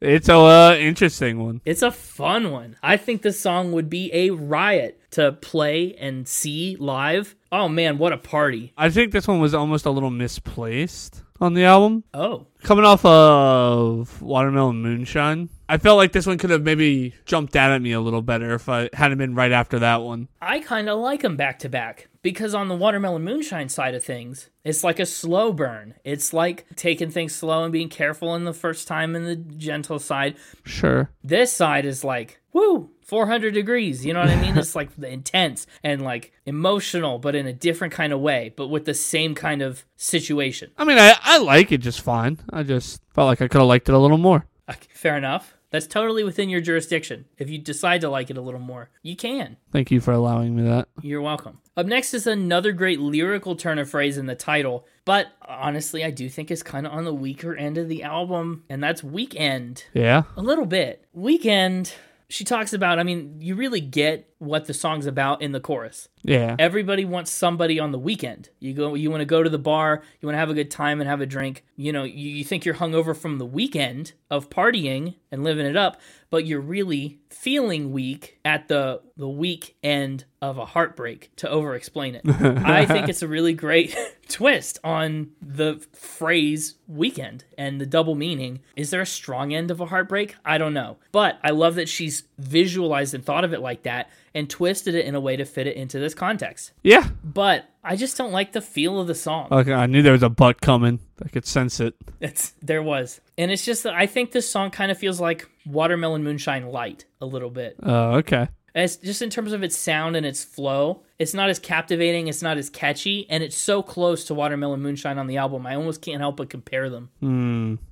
Speaker 3: it's a uh, interesting one.
Speaker 1: It's a fun one. I think this song would be a riot to play and see live. Oh man, what a party.
Speaker 3: I think this one was almost a little misplaced on the album.
Speaker 1: Oh.
Speaker 3: Coming off of Watermelon Moonshine, I felt like this one could have maybe jumped out at me a little better if I hadn't been right after that one.
Speaker 1: I kind of like them back to back because on the watermelon moonshine side of things, it's like a slow burn. It's like taking things slow and being careful in the first time in the gentle side.
Speaker 3: Sure.
Speaker 1: This side is like, woo, 400 degrees. You know what I mean? it's like *laughs* intense and like emotional, but in a different kind of way, but with the same kind of situation. *laughs*
Speaker 3: I mean, I, I like it just fine. I just felt like I could have liked it a little more.
Speaker 1: Okay, fair enough. That's totally within your jurisdiction. If you decide to like it a little more, you can.
Speaker 3: Thank you for allowing me that.
Speaker 1: You're welcome. Up next is another great lyrical turn of phrase in the title, but honestly, I do think it's kind of on the weaker end of the album, and that's Weekend.
Speaker 3: Yeah.
Speaker 1: A little bit. Weekend, she talks about, I mean, you really get what the song's about in the chorus.
Speaker 3: Yeah.
Speaker 1: Everybody wants somebody on the weekend. You go you want to go to the bar, you want to have a good time and have a drink. You know, you, you think you're hungover from the weekend of partying and living it up, but you're really feeling weak at the the weak end of a heartbreak to over explain it. I think it's a really great *laughs* twist on the phrase weekend and the double meaning. Is there a strong end of a heartbreak? I don't know. But I love that she's visualized and thought of it like that and twisted it in a way to fit it into this context.
Speaker 3: Yeah.
Speaker 1: But I just don't like the feel of the song.
Speaker 3: Okay, I knew there was a butt coming. I could sense it.
Speaker 1: *laughs* It's there was. And it's just that I think this song kind of feels like watermelon moonshine light a little bit.
Speaker 3: Oh, okay.
Speaker 1: As just in terms of its sound and its flow, it's not as captivating, it's not as catchy, and it's so close to Watermelon Moonshine on the album. I almost can't help but compare them.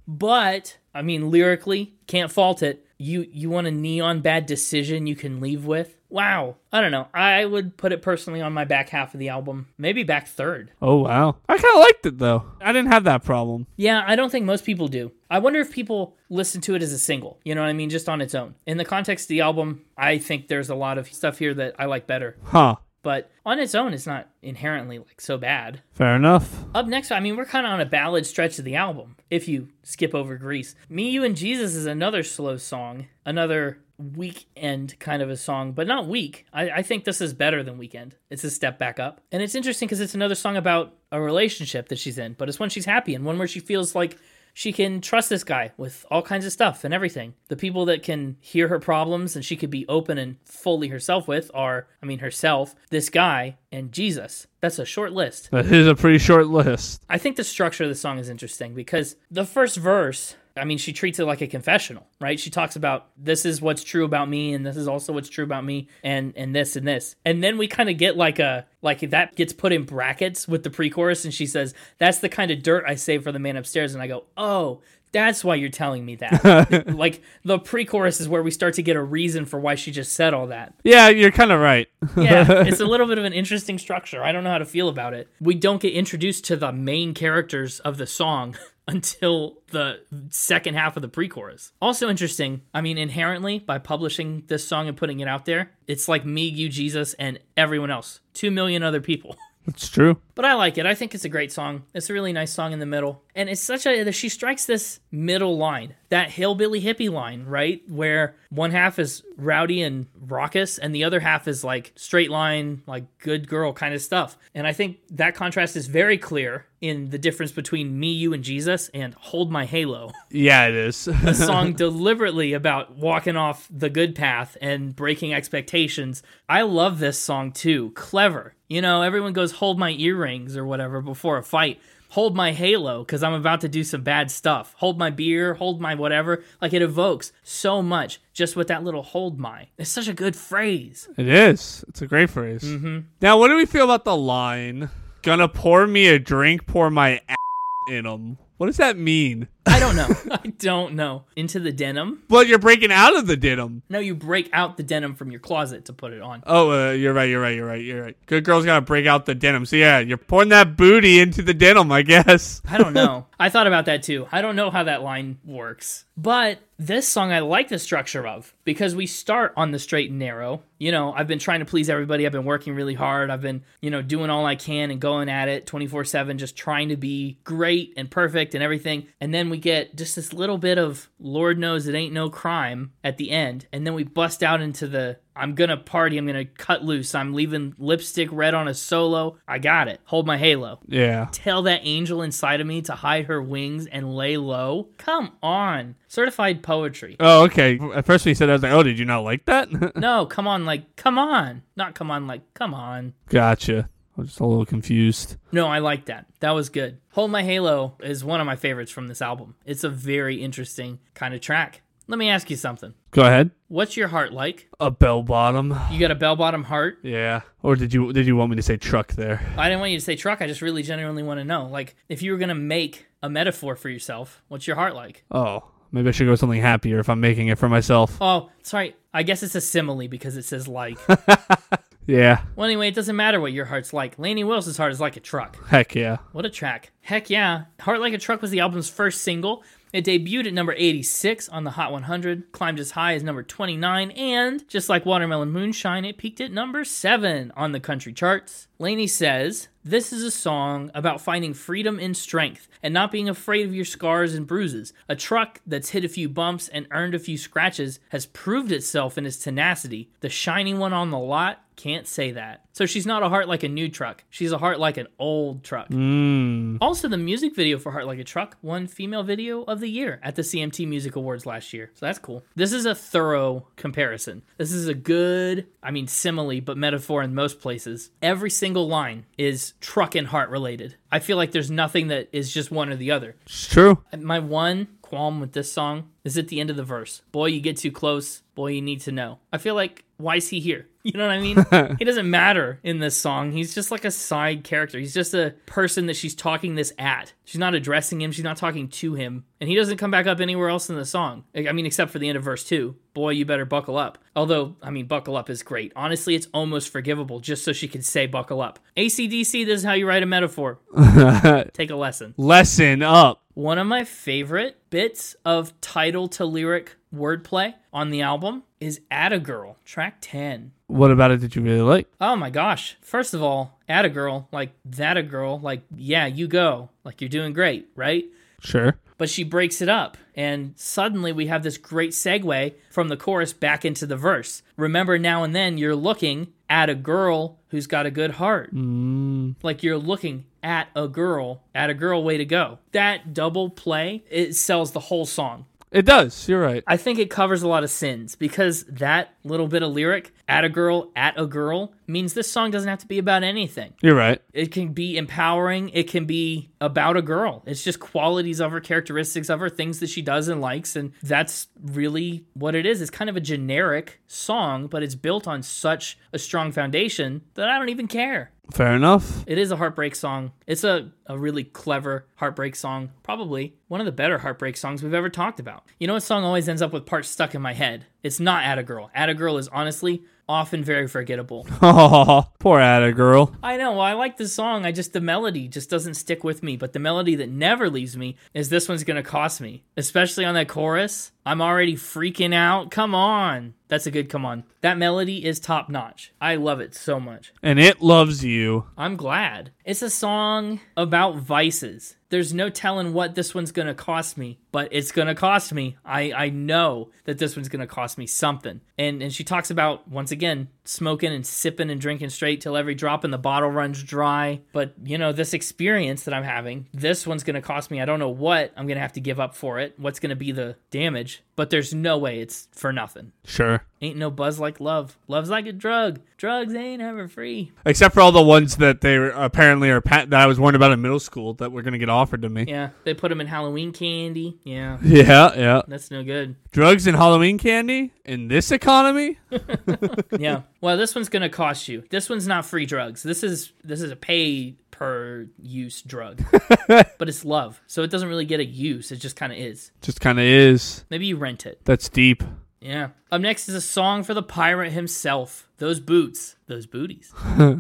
Speaker 1: But I mean, lyrically, can't fault it. You you want a neon bad decision you can leave with? Wow. I don't know. I would put it personally on my back half of the album, maybe back third.
Speaker 3: Oh, wow. I kind of liked it, though. I didn't have that problem.
Speaker 1: Yeah, I don't think most people do. I wonder if people listen to it as a single, you know what I mean, just on its own. In the context of the album, I think there's a lot of stuff here that I like better.
Speaker 3: Huh.
Speaker 1: but on its own it's not inherently like so bad
Speaker 3: Fair enough.
Speaker 1: up next i mean we're kind of on a ballad stretch of the album if you skip over greece me you and jesus is another slow song another weekend kind of a song but not weak i, I think this is better than weekend it's a step back up and it's interesting because it's another song about a relationship that she's in but it's one she's happy and one where she feels like she can trust this guy with all kinds of stuff and everything. The people that can hear her problems and she could be open and fully herself with are, I mean, herself, this guy, and Jesus. That's a short list.
Speaker 3: That is a pretty short list.
Speaker 1: I think the structure of the song is interesting because the first verse, I mean, she treats it like a confessional, right? She talks about this is what's true about me and this is also what's true about me and and this and this. And then we kind of get like a like that gets put in brackets with the pre-chorus and she says, "That's the kind of dirt I save for the man upstairs." And I go, "Oh, that's why you're telling me that." like the pre-chorus is where we start to get a reason for why she just said all that
Speaker 3: Yeah, you're kind of right.
Speaker 1: yeah, it's a little bit of an interesting structure. I don't know how to feel about it. We don't get introduced to the main characters of the song *laughs* until the second half of the pre-chorus. Also interesting, I mean inherently by publishing this song and putting it out there, it's like me, you, Jesus and everyone else. 2 million other people. *laughs*
Speaker 3: It's true.
Speaker 1: But I like it. I think it's a great song. It's a really nice song in the middle. And it's such a she strikes this middle line, that hillbilly hippie line, right? Where one half is rowdy and raucous and the other half is like straight line, like good girl kind of stuff. And I think that contrast is very clear in the difference between Me, You and Jesus and Hold My Halo.
Speaker 3: Yeah, it is. *laughs*
Speaker 1: A song deliberately about walking off the good path and breaking expectations. I love this song too. Clever. You know, everyone goes hold my earrings or whatever before a fight. Hold my halo because I'm about to do some bad stuff. Hold my beer, hold my whatever. Like it evokes so much just with that little hold my. It's such a good phrase.
Speaker 3: it is. It's a great phrase. Now, what do we feel about the line? Gonna pour me a drink, pour my ass in 'em." What does that mean?
Speaker 1: I don't know. I don't know. Into the denim?
Speaker 3: Well, you're breaking out of the denim.
Speaker 1: No, you break out the denim from your closet to put it on.
Speaker 3: Oh, uh, you're right. You're right. You're right. You're right. Good girl's gotta break out the denim. So yeah, you're pouring that booty into the denim, I guess. *laughs*
Speaker 1: I don't know. I thought about that too. I don't know how that line works. But this song I like the structure of because we start on the straight and narrow. You know, I've been trying to please everybody. I've been working really hard. I've been, you know, doing all I can and going at it 24 7, just trying to be great and perfect and everything. And then we get just this little bit of Lord knows it ain't no crime at the end. And then we bust out into the I'm gonna party. I'm gonna cut loose. I'm leaving lipstick red on a solo. I got it. Hold my halo
Speaker 3: Yeah.
Speaker 1: tell that angel inside of me to hide her wings and lay low? Come on. Certified poetry.
Speaker 3: *laughs* Oh, okay. At first when you said that, I was like, oh, did you not like that? *laughs*
Speaker 1: No, come on, like, come on. Not come on, like, come on.
Speaker 3: gotcha. I'm just a little confused.
Speaker 1: No, I like that. That was good. Hold My Halo is one of my favorites from this album. It's a very interesting kind of track. Let me ask you something.
Speaker 3: Go ahead.
Speaker 1: What's your heart like?
Speaker 3: A bell bottom.
Speaker 1: You got a bell bottom heart?
Speaker 3: Yeah. Or did you did you want me to say truck there?
Speaker 1: I didn't want you to say truck. I just really genuinely want to know. Like, if you were going to make a metaphor for yourself, what's your heart like?
Speaker 3: Oh, maybe I should go with something happier if I'm making it for myself.
Speaker 1: Oh, sorry. I guess it's a simile because it says like.
Speaker 3: Yeah.
Speaker 1: Well, anyway, it doesn't matter what your heart's like. Laney Will's heart is like a truck.
Speaker 3: Heck yeah.
Speaker 1: What a track. Heck yeah. Heart Like a Truck was the album's first single. It debuted at number 86 on the Hot 100, climbed as high as number 29, and just like Watermelon Moonshine, it peaked at number 7 on the country charts. Laney says, This is a song about finding freedom in strength and not being afraid of your scars and bruises. A truck that's hit a few bumps and earned a few scratches has proved itself in its tenacity. The shiny one on the lot can't say that. So she's not a heart like a new truck, she's a heart like an old truck. Also, the music video for Heart Like a Truck won Female Video of the Year at the CMT Music Awards last year. So that's cool. This is a thorough comparison. This is a good, I mean, simile, but metaphor in most places. Every single line is truck and heart related. I feel like there's nothing that is just one or the other.
Speaker 3: It's true.
Speaker 1: My one qualm with this song is at the end of the verse. Boy, you get too close. Boy, you need to know. I feel like, why is he here? *laughs* You know what I mean? he doesn't matter in this song. He's just like a side character. He's just a person that she's talking this at. She's not addressing him. She's not talking to him. And he doesn't come back up anywhere else in the song. I I mean, except for the end of verse two. Boy, you better buckle up. Although, I mean, buckle up is great. Honestly, it's almost forgivable just so she can say buckle up. ACDC, this is how you write a metaphor. Take a lesson.
Speaker 3: *laughs* Lesson up.
Speaker 1: One of my favorite bits of title to lyric wordplay on the album is At a Girl, track 10.
Speaker 3: What about it did you really like?
Speaker 1: Oh my gosh. First of all, At a Girl, like that a girl, like yeah, you go. Like you're doing great, right?
Speaker 3: Sure.
Speaker 1: But she breaks it up, and suddenly we have this great segue from the chorus back into the verse. Remember, now and then you're looking at a girl who's got a good heart. Like you're looking at a girl, at a girl, way to go. That double play, it sells the whole song.
Speaker 3: It does. You're right.
Speaker 1: I think it covers a lot of sins because that little bit of lyric, at a girl, at a girl, means this song doesn't have to be about anything
Speaker 3: You're right.
Speaker 1: it can be empowering it can be about a girl it's just qualities of her characteristics of her things that she does and likes and that's really what it is it's kind of a generic song but it's built on such a strong foundation that i don't even care
Speaker 3: Fair enough.
Speaker 1: it is a heartbreak song it's a, a really clever heartbreak song probably one of the better heartbreak songs we've ever talked about you know what song always ends up with parts stuck in my head it's not at a girl at a girl is honestly often very forgettable.
Speaker 3: Oh, *laughs* poor Ada girl.
Speaker 1: I know. Well, I like the song. I just the melody just doesn't stick with me. But the melody that never leaves me is this one's gonna cost me, especially on that chorus. I'm already freaking out. Come on, that's a good come on. That melody is top notch. I love it so much.
Speaker 3: And it loves you.
Speaker 1: I'm glad. It's a song about vices. There's no telling what this one's gonna cost me, but it's gonna cost me. I, I know that this one's gonna cost me something. And and she talks about once again smoking and sipping and drinking straight till every drop in the bottle runs dry. But you know, this experience that I'm having, this one's gonna cost me I don't know what I'm gonna have to give up for it, what's gonna be the damage, but there's no way it's for nothing.
Speaker 3: Sure.
Speaker 1: Ain't no buzz like love. Love's like a drug. Drugs ain't ever free.
Speaker 3: Except for all the ones that they were- apparently are pat- that I was warned about in middle school that were going to get offered to me.
Speaker 1: Yeah, they put them in Halloween candy. Yeah,
Speaker 3: Yeah, yeah.
Speaker 1: that's no good.
Speaker 3: Drugs and Halloween candy in this economy?
Speaker 1: Yeah. Well, this one's gonna cost you. This one's not free drugs. This is this is a pay per use drug, but it's love, so it doesn't really get a use. It just kind of is.
Speaker 3: Just kind of is.
Speaker 1: Maybe you rent it.
Speaker 3: That's deep.
Speaker 1: Yeah. Up next is a song for the pirate himself. Those boots, those booties.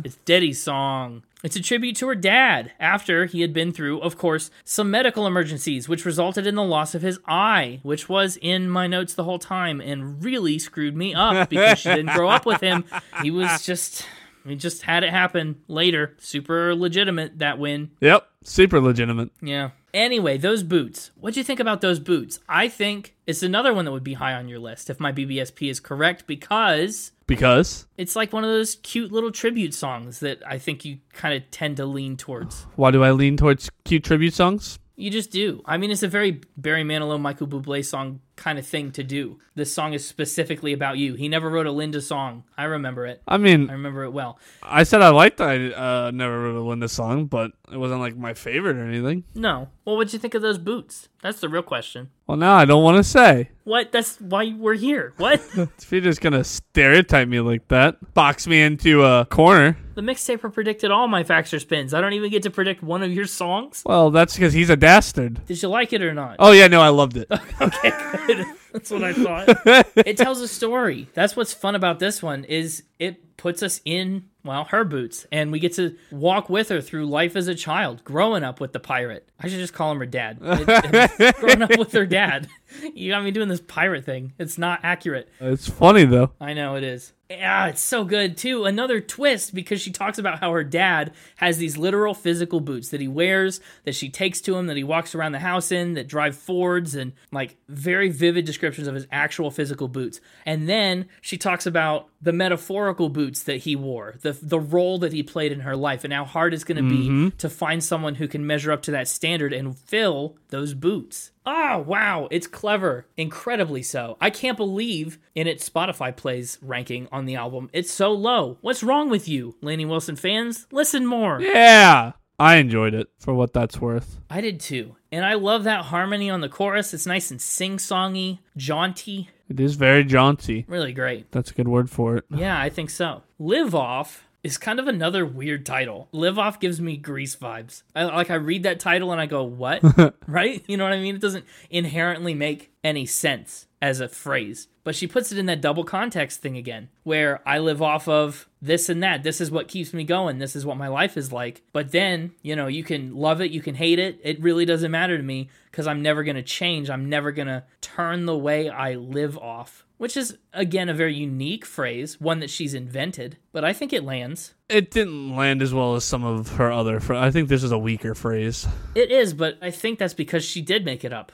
Speaker 1: it's Diddy's song. It's a tribute to her dad after he had been through, of course, some medical emergencies, which resulted in the loss of his eye, which was in my notes the whole time and really screwed me up because she didn't grow up with him. He was just. We just had it happen later. Super legitimate that win.
Speaker 3: Yep. Super legitimate.
Speaker 1: Yeah. Anyway, those boots. What'd you think about those boots? I think it's another one that would be high on your list if my BBSP is correct because
Speaker 3: Because
Speaker 1: it's like one of those cute little tribute songs that I think you kind of tend to lean towards.
Speaker 3: why do I lean towards cute tribute songs?
Speaker 1: You just do. I mean, it's a very Barry Manilow, Michael Bublé song kind of thing to do. This song is specifically about you. He never wrote a Linda song. I remember it.
Speaker 3: I
Speaker 1: I
Speaker 3: mean,
Speaker 1: remember it well.
Speaker 3: I said I liked I uh, never wrote a Linda song, but it wasn't like my favorite or anything.
Speaker 1: No. Well, what'd you think of those boots? That's the real question.
Speaker 3: Well, now I don't want to say.
Speaker 1: What? That's why we're here. What? *laughs*
Speaker 3: If you're just gonna stereotype me like that, box me into a corner.
Speaker 1: The mixtaper predicted all my facts or spins. I don't even get to predict one of your songs.
Speaker 3: Well, that's because he's a dastard.
Speaker 1: Did you like it or not?
Speaker 3: Oh yeah, no, I loved *laughs* it.
Speaker 1: Okay, good. That's what I thought. *laughs* it tells a story. That's what's fun about this one is it puts us in well her boots, and we get to walk with her through life as a child, growing up with the pirate. I should just call him her dad. *laughs* It- growing up with her dad. *laughs* You got me doing this pirate thing. It's not accurate.
Speaker 3: it's funny though.
Speaker 1: I know it is. Yeah, it's so good too. Another twist because she talks about how her dad has these literal physical boots that he wears, that she takes to him, that he walks around the house in, that drive Fords, and like very vivid descriptions of his actual physical boots. And then she talks about the metaphorical boots that he wore, the the role that he played in her life, and how hard it's going to be to find someone who can measure up to that standard and fill those boots. Oh, wow. It's clever. Incredibly so. I can't believe in its Spotify plays ranking on the album. It's so low. What's wrong with you, Laney Wilson fans? Listen more.
Speaker 3: Yeah, I enjoyed it for what that's worth.
Speaker 1: I did too. And I love that harmony on the chorus. It's nice and sing songy, jaunty.
Speaker 3: It is very jaunty.
Speaker 1: Really great.
Speaker 3: That's a good word for it.
Speaker 1: *laughs* Yeah, I think so. Live Off is kind of another weird title. Live Off gives me Grease vibes. I, like I read that title and I go, "What?" right? You know what I mean? It doesn't inherently make any sense as a phrase. But she puts it in that double context thing again, where I live off of this and that. This is what keeps me going. This is what my life is like. But then, you know, you can love it, you can hate it. It really doesn't matter to me because I'm never going to change. I'm never going to turn the way I live off, which is, again, a very unique phrase, one that she's invented, but I think it lands.
Speaker 3: It didn't land as well as some of her other. Fr- I think this is a weaker phrase.
Speaker 1: It is, but I think that's because she did make it up.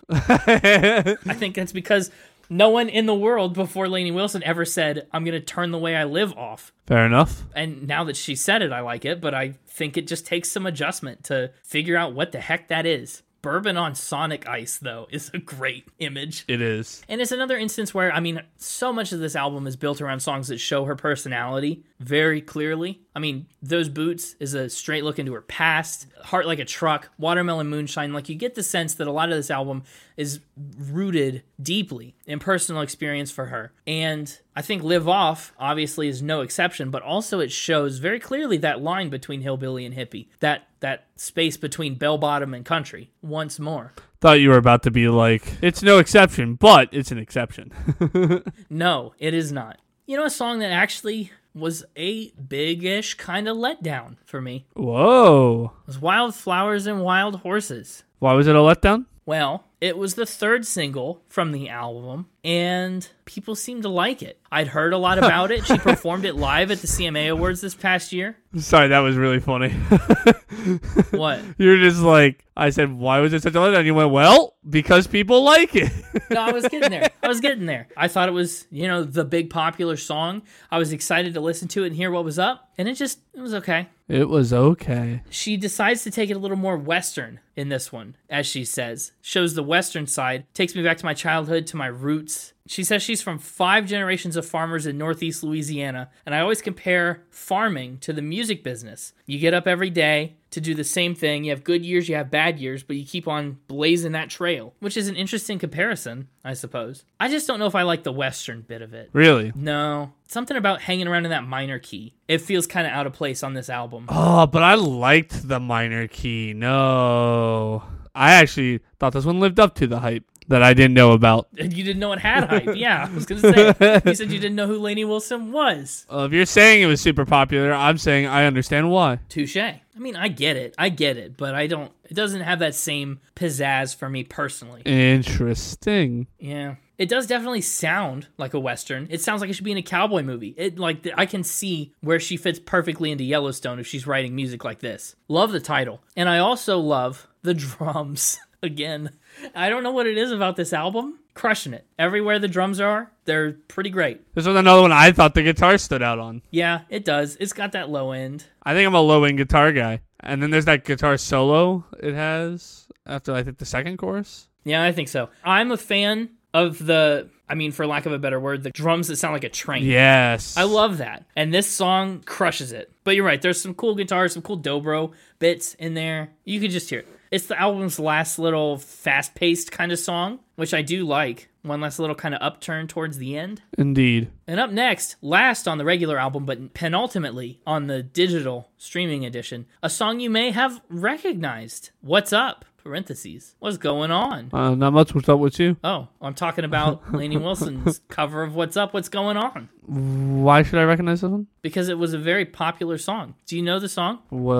Speaker 3: yeah,
Speaker 1: I think that's because no one in the world before Lainey Wilson ever said, I'm going to turn the way I live off.
Speaker 3: fair enough.
Speaker 1: and now that she said it, I like it, but I think it just takes some adjustment to figure out what the heck that is. Bourbon on Sonic Ice, though, is a great image.
Speaker 3: It is.
Speaker 1: And it's another instance where, I mean, so much of this album is built around songs that show her personality very clearly. I mean, Those Boots is a straight look into her past, Heart Like a Truck, Watermelon Moonshine. Like, you get the sense that a lot of this album is rooted deeply in personal experience for her. And I think Live Off, obviously, is no exception, but also it shows very clearly that line between hillbilly and hippie, that, that space between bell bottom and country, once more.
Speaker 3: Thought you were about to be like, it's no exception, but it's an exception.
Speaker 1: No, it is not. You know, a song that actually was a big-ish kind of letdown for me
Speaker 3: Whoa.
Speaker 1: was Wildflowers and Wild Horses.
Speaker 3: Why was it a letdown?
Speaker 1: Well, it was the third single from the album, and people seemed to like it. I'd heard a *laughs* lot about it. She performed it live at the CMA Awards this past year.
Speaker 3: Sorry, that was really funny. *laughs*
Speaker 1: What?
Speaker 3: You're just like, I said, why was it such a letdown? You went, well, because people like it.
Speaker 1: *laughs*
Speaker 3: *laughs*
Speaker 1: No, I was getting there. I was getting there. I thought it was, you know, the big popular song. I was excited to listen to it and hear what was up, and it just it was okay.
Speaker 3: it was okay.
Speaker 1: She decides to take it a little more Western in this one, as she says. Shows the Western side, takes me back to my childhood, to my roots. She says she's from five generations of farmers in Northeast Louisiana, and I always compare farming to the music business. You get up every day to do the same thing. You have good years, you have bad years, but you keep on blazing that trail, which is an interesting comparison, I suppose. I just don't know if I like the Western bit of it.
Speaker 3: Really?
Speaker 1: No, something about hanging around in that minor key. It feels kind of out of place on this album.
Speaker 3: Oh, but I liked the minor key. No. I actually thought this one lived up to the hype that I didn't know about.
Speaker 1: And you didn't know it had hype. Yeah, I was gonna say. You said you didn't know who Laney Wilson was.
Speaker 3: Uh, if you're saying it was super popular, I'm saying I understand why.
Speaker 1: Touche. I mean, I get it. I get it, but I don't. It doesn't have that same pizzazz for me personally.
Speaker 3: Interesting.
Speaker 1: Yeah. It does definitely sound like a western. It sounds like it should be in a cowboy movie. It like th- I can see where she fits perfectly into Yellowstone if she's writing music like this. Love the title. And I also love the *laughs* drums again. I don't know what it is about this album. Crushing it. Everywhere the drums are, they're pretty great.
Speaker 3: This was another one I thought the guitar stood out on.
Speaker 1: Yeah, it does. It's got that low end.
Speaker 3: I think I'm a low end guitar guy. And then there's that guitar solo it has after I think the second chorus.
Speaker 1: Yeah, I think so. I'm a fan of the, I mean, for lack of a better word, the drums that sound like a train.
Speaker 3: Yes.
Speaker 1: I love that. And this song crushes it. But you're right, there's some cool guitars, some cool dobro bits in there. You could just hear it. It's the album's last little fast paced kind of song, which I do like. One last little kind of upturn towards the end.
Speaker 3: Indeed.
Speaker 1: And up next, last on the regular album, but penultimately on the digital streaming edition, a song you may have recognized. What's up? Parentheses. What's going on?
Speaker 3: Uh, not much. What's up with you?
Speaker 1: Oh, I'm talking about Laney Wilson's cover of What's Up, What's Going On.
Speaker 3: Why should I recognize this one?
Speaker 1: Because it was a very popular song. Do you know the song?
Speaker 3: What?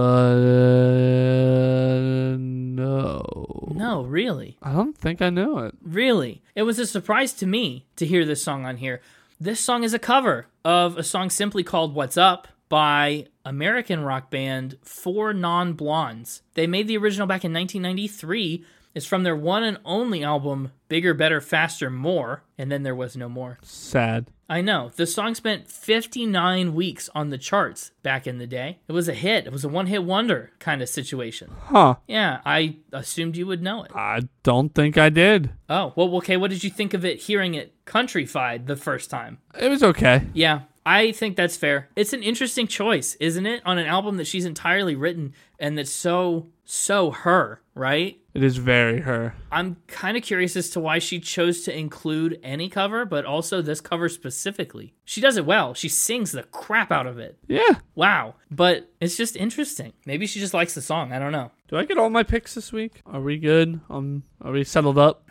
Speaker 3: Uh, no.
Speaker 1: No, really.
Speaker 3: I don't think I know it.
Speaker 1: Really. It was a surprise to me to hear this song on here. This song is a cover of a song simply called What's Up by American rock band Four Non Blondes. They made the original back in 1993. It's from their one and only album, Bigger, Better, Faster, More, and then there was no more.
Speaker 3: Sad.
Speaker 1: I know. The song spent 59 weeks on the charts back in the day. It was a hit. It was a one hit wonder kind of situation.
Speaker 3: Huh.
Speaker 1: Yeah, I assumed you would know it.
Speaker 3: I don't think I did.
Speaker 1: Oh, well, okay. What did you think of it hearing it countryfied the first time?
Speaker 3: It was okay.
Speaker 1: Yeah, I think that's fair. It's an interesting choice, isn't it? On an album that she's entirely written and that's so, so her, right?
Speaker 3: It is very her.
Speaker 1: I'm kind of curious as to why she chose to include any cover, but also this cover specifically. She does it well. She sings the crap out of it.
Speaker 3: Yeah.
Speaker 1: Wow. But it's just interesting. Maybe she just likes the song. I don't know.
Speaker 3: Do I get all my picks this week? Are we good? Um, are we settled up?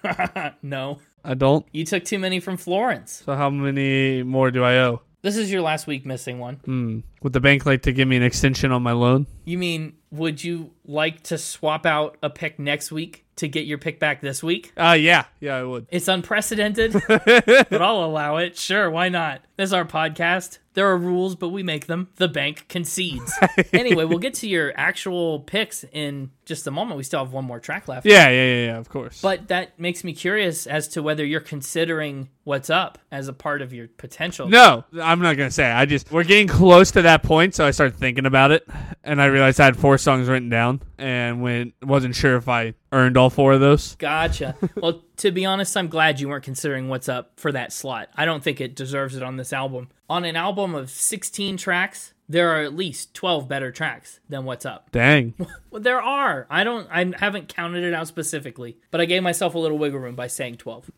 Speaker 1: No.
Speaker 3: I don't.
Speaker 1: You took too many from Florence.
Speaker 3: So how many more do I owe?
Speaker 1: This is your last week missing one.
Speaker 3: Would the bank like to give me an extension on my loan?
Speaker 1: You mean, would you like to swap out a pick next week to get your pick back this week?
Speaker 3: Uh, yeah, yeah, I would.
Speaker 1: It's unprecedented, but I'll allow it. Sure, why not? This is our podcast. There are rules, but we make them. The bank concedes. anyway, we'll get to your actual picks in just a moment. We still have one more track left.
Speaker 3: Yeah, yeah, yeah, yeah. Of course.
Speaker 1: But that makes me curious as to whether you're considering what's up as a part of your potential.
Speaker 3: no, I'm not gonna say. I just we're getting close to that point, so I started thinking about it, and I realized I had four songs written down, and when wasn't sure if I earned all four of those.
Speaker 1: Gotcha. well, to be honest, I'm glad you weren't considering what's up for that slot. I don't think it deserves it on this album. On an album of 16 tracks, there are at least 12 better tracks than what's up.
Speaker 3: Dang.
Speaker 1: Well, there are. I don't I haven't counted it out specifically, but I gave myself a little wiggle room by saying 12.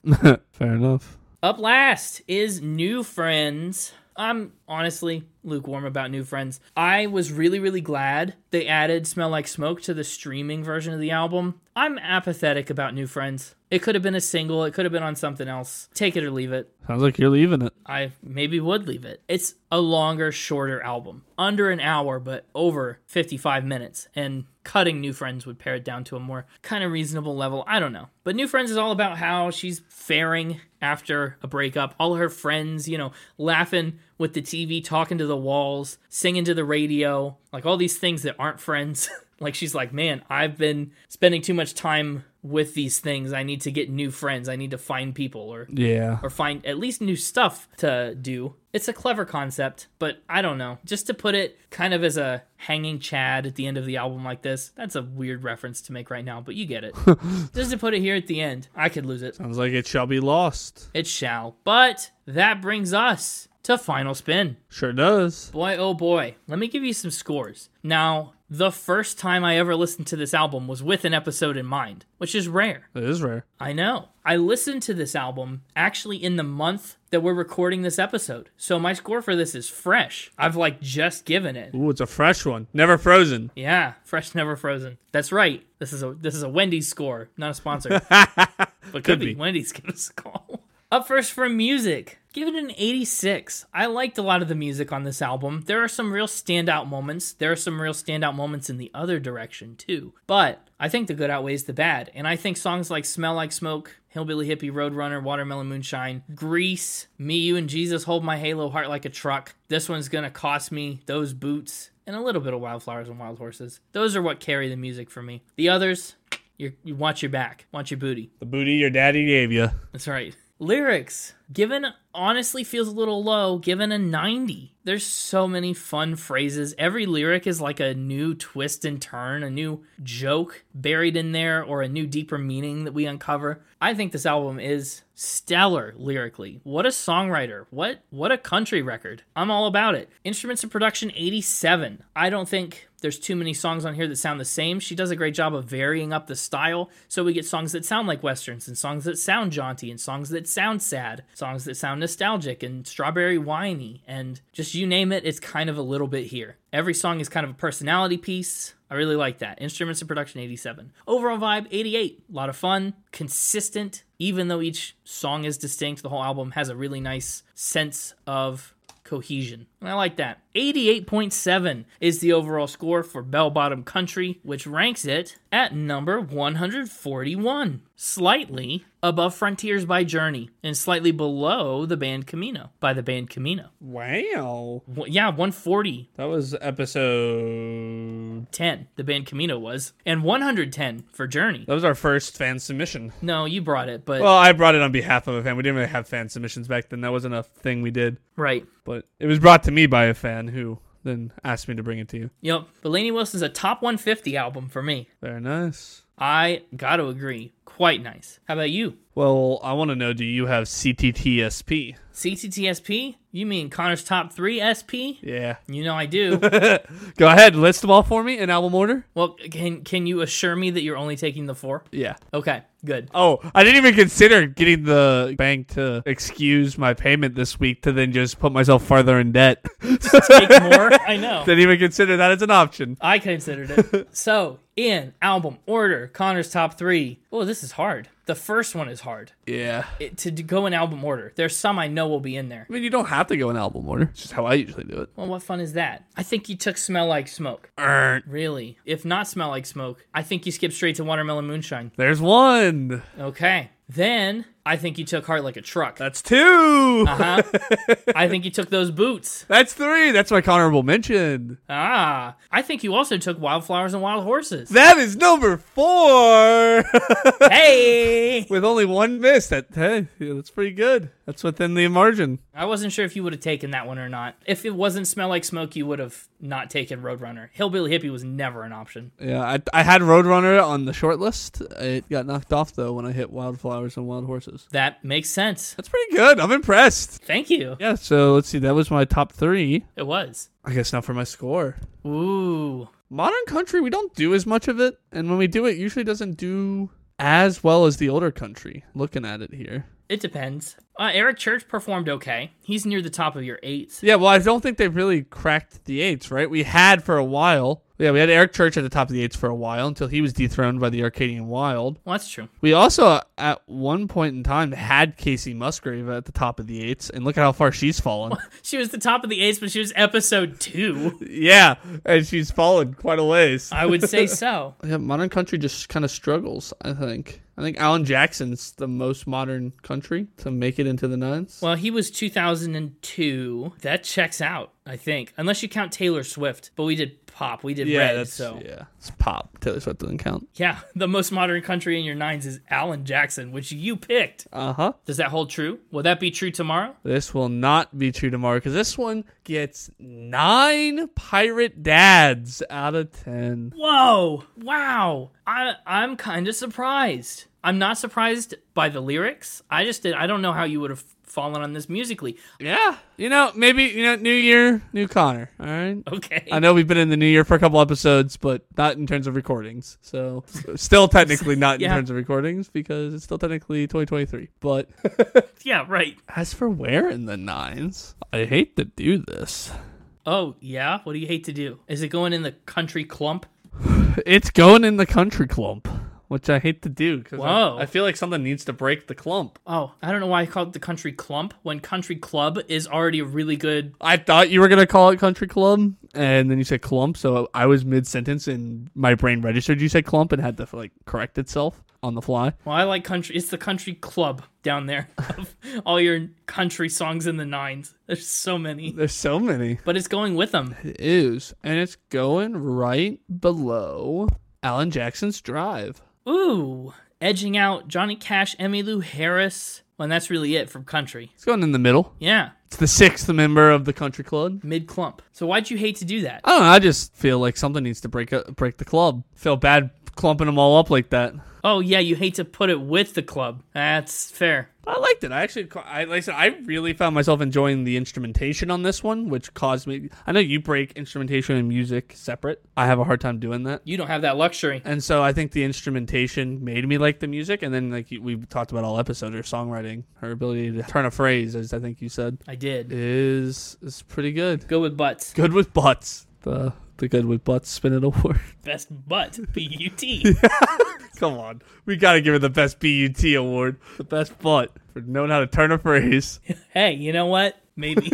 Speaker 3: Fair enough.
Speaker 1: Up last is New Friends. I'm honestly lukewarm about new friends. I was really, really glad they added Smell Like Smoke to the streaming version of the album. I'm apathetic about new friends. It could have been a single, it could have been on something else. Take it or leave it.
Speaker 3: Sounds like you're leaving it.
Speaker 1: I maybe would leave it. It's a longer, shorter album. Under an hour, but over 55 minutes. And cutting New Friends would pare it down to a more kind of reasonable level. I don't know. But New Friends is all about how she's faring after a breakup. All her friends, you know, laughing with the TV, talking to the walls, singing to the radio, like all these things that aren't friends. *laughs* like she's like, man, I've been spending too much time with these things. I need to get new friends. I need to find people or
Speaker 3: Yeah.
Speaker 1: or find at least new stuff to do. It's a clever concept, but I don't know. Just to put it kind of as a hanging Chad at the end of the album like this, that's a weird reference to make right now, but you get it. Just to put it here at the end, I could lose it.
Speaker 3: Sounds like it shall be lost.
Speaker 1: It shall. But that brings us to Final Spin.
Speaker 3: Sure does.
Speaker 1: Boy, oh boy. Let me give you some scores. Now, the first time I ever listened to this album was with an episode in mind, which is rare.
Speaker 3: It is rare.
Speaker 1: I know. I listened to this album actually in the month that we're recording this episode. So my score for this is fresh. I've like just given it.
Speaker 3: Ooh, it's a fresh one. Never frozen.
Speaker 1: Yeah, fresh never frozen. That's right. This is a this is a Wendy's score, not a sponsor. but could,
Speaker 3: Could
Speaker 1: be.
Speaker 3: be.
Speaker 1: Wendy's *laughs* give us a call. Up first for music. Give it an 86. I liked a lot of the music on this album. There are some real standout moments. There are some real standout moments in the other direction too. But I think the good outweighs the bad. And I think songs like Smell Like Smoke, Hillbilly Hippie, Roadrunner, Watermelon Moonshine, Grease, Me, You, and Jesus Hold My Halo Heart Like a Truck. This one's gonna cost me those boots. And a little bit of Wildflowers and Wild Horses. Those are what carry the music for me. The others, you're, you want your back, want your booty.
Speaker 3: The booty your daddy gave you.
Speaker 1: That's right. Lyrics, given honestly feels a little low, given a 90. There's so many fun phrases. Every lyric is like a new twist and turn, a new joke buried in there, or a new deeper meaning that we uncover. I think this album is stellar lyrically. What a songwriter. What what a country record. I'm all about it. Instruments and production 87. I don't think there's too many songs on here that sound the same. She does a great job of varying up the style, so we get songs that sound like westerns, and songs that sound jaunty, and songs that sound sad, songs that sound nostalgic, and strawberry winey, and just you name it, it's kind of a little bit here. Every song is kind of a personality piece. I really like that. Instruments and production 87. Overall vibe 88. A lot of fun, consistent, even though each song is distinct, the whole album has a really nice sense of cohesion. And I like that. 88.7 is the overall score for Bell Bottom Country, which ranks it at number 141, slightly above Frontiers by Journey and slightly below the band Camino by the band Camino.
Speaker 3: Wow.
Speaker 1: Well, yeah, 140
Speaker 3: That was episode.
Speaker 1: 10 the band Camino was and 110 for Journey.
Speaker 3: That was our first fan submission.
Speaker 1: No, you brought it, but
Speaker 3: Well, I brought it on behalf of a fan. We didn't really have fan submissions back then. That wasn't a thing we did.
Speaker 1: right.
Speaker 3: But it was brought to me by a fan who then asked me to bring it to you.
Speaker 1: Yep. Delaney Wilson's a top 150 album for me.
Speaker 3: Very nice.
Speaker 1: I got to agree. Quite nice. How about you?
Speaker 3: Well, I want to know do you have CTTSP?
Speaker 1: CTTSP? You mean Connor's top three SP?
Speaker 3: Yeah.
Speaker 1: You know I do.
Speaker 3: Go ahead, list them all for me in album order.
Speaker 1: well, can can you assure me that you're only taking the four?
Speaker 3: Yeah.
Speaker 1: Okay, good.
Speaker 3: Oh, I didn't even consider getting the bank to excuse my payment this week to then just put myself farther in debt. *laughs*
Speaker 1: Take more. I know.
Speaker 3: didn't even consider that as an option.
Speaker 1: I considered it. so in album order, Connor's top three. Oh, this is hard. The first one is hard.
Speaker 3: Yeah.
Speaker 1: It, to d- go in album order, there's some I know will be in there.
Speaker 3: I mean, you don't have to go in album order. It's just how I usually do it.
Speaker 1: Well, what fun is that? I think you took "Smell Like Smoke."
Speaker 3: Err.
Speaker 1: Really? If not "Smell Like Smoke," I think you skipped straight to "Watermelon Moonshine."
Speaker 3: There's one.
Speaker 1: Okay. Then I think you took "Heart Like a Truck."
Speaker 3: That's 2
Speaker 1: Huh? I think you took those boots.
Speaker 3: *laughs* That's three. That's my honorable mention.
Speaker 1: Ah, I think you also took wildflowers and wild horses.
Speaker 3: That is number four. *laughs*
Speaker 1: hey,
Speaker 3: With only one miss. That hey, yeah, that's pretty good. That's within the margin.
Speaker 1: I wasn't sure if you would have taken that one or not. If it wasn't smell like smoke, you would have not taken Roadrunner. Hillbilly Hippie was never an option.
Speaker 3: Yeah, I, I had Roadrunner on the short list. It got knocked off though when I hit Wildflowers and Wild Horses.
Speaker 1: That makes sense.
Speaker 3: That's pretty good. I'm impressed.
Speaker 1: Thank you.
Speaker 3: Yeah, so let's see. That was my top three.
Speaker 1: It was.
Speaker 3: I guess now for my score.
Speaker 1: Ooh,
Speaker 3: Modern country, we don't do as much of it, and when we do it, usually doesn't do as well as the older country. Looking at it here,
Speaker 1: It depends. Uh, Eric Church performed okay. He's near the top of your eights.
Speaker 3: Yeah, well, I don't think they've really cracked the eights, right? We had for a while. Yeah, we had Eric Church at the top of the eights for a while until he was dethroned by the Arcadian Wild.
Speaker 1: Well, that's true.
Speaker 3: We also, at one point in time, had Casey Musgrave at the top of the eights, and look at how far
Speaker 1: *laughs*
Speaker 3: she's fallen.
Speaker 1: She was the top of the eights, but she was episode two.
Speaker 3: yeah, and she's fallen quite a ways.
Speaker 1: I would say so. *laughs*
Speaker 3: Yeah, modern country just kind of struggles, I think. I think Alan Jackson's the most modern country to make it into the nines.
Speaker 1: Well, he was 2002. That checks out, I think. Unless you count Taylor Swift, but we did pop, we did
Speaker 3: yeah,
Speaker 1: red,
Speaker 3: that's
Speaker 1: so yeah.
Speaker 3: yeah. It's pop. Taylor Swift doesn't count.
Speaker 1: *laughs* the most modern country in your nines is Alan Jackson, which you picked.
Speaker 3: Uh huh.
Speaker 1: Does that hold true? Will that be true tomorrow?
Speaker 3: This will not be true tomorrow because this one gets nine pirate dads out of ten.
Speaker 1: Whoa! Wow! I I'm kind of surprised. I'm not surprised by the lyrics. I just did. I don't know how you would have fallen on this musically. *laughs*
Speaker 3: Yeah, you know, maybe you know, New Year, New Connor. All right.
Speaker 1: Okay.
Speaker 3: I know we've been in the new year for a couple episodes, but not in terms of recordings. So, *laughs* still technically not in
Speaker 1: Yeah.
Speaker 3: terms of recordings because it's still technically 2023. But
Speaker 1: yeah. Right.
Speaker 3: as for wearing the nines, I hate to do this.
Speaker 1: Oh yeah. What do you hate to do? Is it going in the country clump?
Speaker 3: It's going in the country clump, which I hate to do because
Speaker 1: Whoa.
Speaker 3: I, I feel like something needs to break the clump.
Speaker 1: Oh, I don't know why I called it the country clump when country club is already a really good.
Speaker 3: I thought you were gonna call it country club, and then you said clump, so I was mid sentence and my brain registered you said clump and had to like correct itself on the fly.
Speaker 1: Well, I like country. It's the country club down there *laughs* of all your country songs in the nines. There's so many,
Speaker 3: There's so many.
Speaker 1: but it's going with them.
Speaker 3: It is, and it's going right below Alan Jackson's Drive.
Speaker 1: Ooh, edging out Johnny Cash, Emmylou Harris. Well, and that's really it from country.
Speaker 3: It's going in the middle.
Speaker 1: Yeah,
Speaker 3: It's the sixth member of the country club.
Speaker 1: mid clump. So why'd you hate to do that?
Speaker 3: I don't know. I just feel like something needs to break up, break the club. Feel bad clumping them all up like that.
Speaker 1: Oh yeah, you hate to put it with the club. That's fair.
Speaker 3: I liked it. I actually, ca- I, like I said, I really found myself enjoying the instrumentation on this one, which caused me. I know you break instrumentation and music separate. I have a hard time doing that.
Speaker 1: You don't have that luxury.
Speaker 3: And so I think the instrumentation made me like the music. And then, like, you- we talked about all episode, her songwriting, her ability to turn a phrase, as I think you said,
Speaker 1: I did.
Speaker 3: is is pretty good.
Speaker 1: Go with butts.
Speaker 3: Good with butts. The, the good with butts spin it award.
Speaker 1: Best butt. *laughs* B U T.
Speaker 3: *laughs* Come on. We got to give her the best BUT award, the best butt for knowing how to turn a phrase.
Speaker 1: Hey, you know what? Maybe.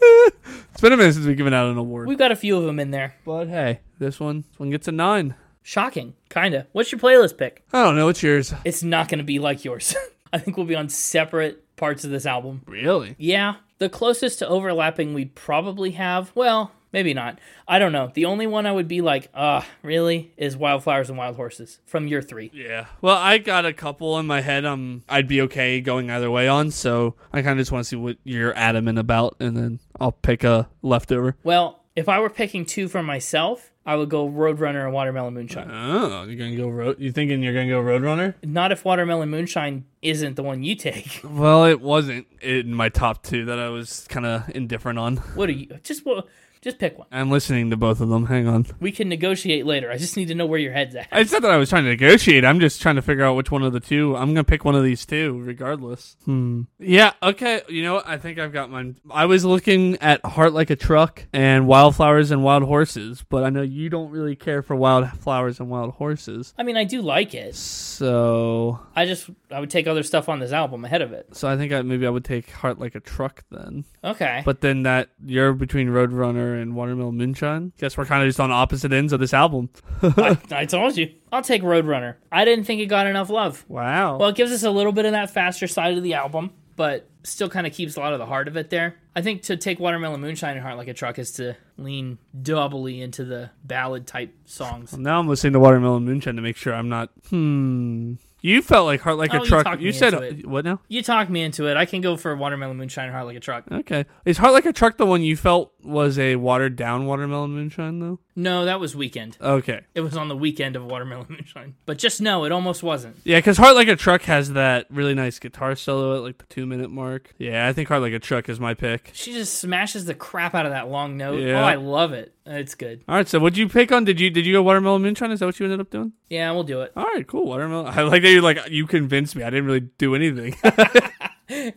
Speaker 3: It's been a minute since we've given out an award.
Speaker 1: We've got a few of them in there.
Speaker 3: But hey, this one, this one gets a nine.
Speaker 1: Shocking, kinda. What's your playlist pick?
Speaker 3: I don't know. It's yours.
Speaker 1: It's not gonna be like yours. *laughs* I think we'll be on separate parts of this album.
Speaker 3: Really?
Speaker 1: Yeah, the closest to overlapping we'd probably have, well, maybe not. I don't know. The only one I would be like, uh, really, is Wildflowers and Wild Horses from year three.
Speaker 3: Yeah. Well, I got a couple in my head. Um, I'd be okay going either way on. So I kind of just want to see what you're adamant about, and then I'll pick a leftover.
Speaker 1: Well, if I were picking two for myself, I would go Roadrunner and Watermelon Moonshine.
Speaker 3: Oh, you're gonna go road? You thinking you're gonna go Roadrunner?
Speaker 1: Not if Watermelon Moonshine isn't the one you take. *laughs*
Speaker 3: Well, it wasn't in my top two that I was kind of indifferent on.
Speaker 1: what are you? Just well, just pick one.
Speaker 3: I'm listening to both of them. Hang on.
Speaker 1: We can negotiate later. I just need to know where your head's at.
Speaker 3: It's not that I was trying to negotiate. I'm just trying to figure out which one of the two. I'm gonna pick one of these two, regardless. Hmm. Yeah. Okay. You know what? I think I've got mine. I was looking at Heart Like a Truck and Wildflowers and Wild Horses, but I know you don't really care for Wildflowers and Wild Horses.
Speaker 1: I mean, I do like it.
Speaker 3: So,
Speaker 1: I just I would take other stuff on this album ahead of it.
Speaker 3: so I think I, maybe I would take Heart Like a Truck then. *laughs*
Speaker 1: Okay.
Speaker 3: But then that you're between Roadrunner and Watermelon Moonshine. Guess we're kind of just on opposite ends of this album.
Speaker 1: I, I told you. I'll take Roadrunner. I didn't think it got enough love.
Speaker 3: Wow.
Speaker 1: Well, it gives us a little bit of that faster side of the album, but still kind of keeps a lot of the heart of it there. I think to take Watermelon Moonshine and Heart Like a Truck is to lean doubly into the ballad type songs.
Speaker 3: Now I'm listening to Watermelon Moonshine to make sure I'm not. Hmm. You felt like heart like
Speaker 1: Oh,
Speaker 3: a
Speaker 1: you
Speaker 3: truck.
Speaker 1: talked
Speaker 3: You,
Speaker 1: me
Speaker 3: said
Speaker 1: into it.
Speaker 3: what now?
Speaker 1: You talk me into it. I can go for Watermelon Moonshine and Heart Like a Truck.
Speaker 3: Okay, is heart like a truck the one you felt was a watered down Watermelon Moonshine though?
Speaker 1: No, that was Weekend.
Speaker 3: Okay,
Speaker 1: It was on the weekend of Watermelon *laughs* Moonshine. But just no, it almost wasn't.
Speaker 3: yeah, because heart like a truck has that really nice guitar solo at like the two minute mark. Yeah, I think heart like a truck is my pick.
Speaker 1: She just smashes the crap out of that long note.
Speaker 3: Yeah.
Speaker 1: Oh, I love it. It's good.
Speaker 3: All right, so what'd you pick on? Did you did you go Watermelon Moonshine? Is that what you ended up doing?
Speaker 1: Yeah, we'll do it.
Speaker 3: All right, cool. Watermelon. I like that you like you convinced me. I didn't really do anything. *laughs*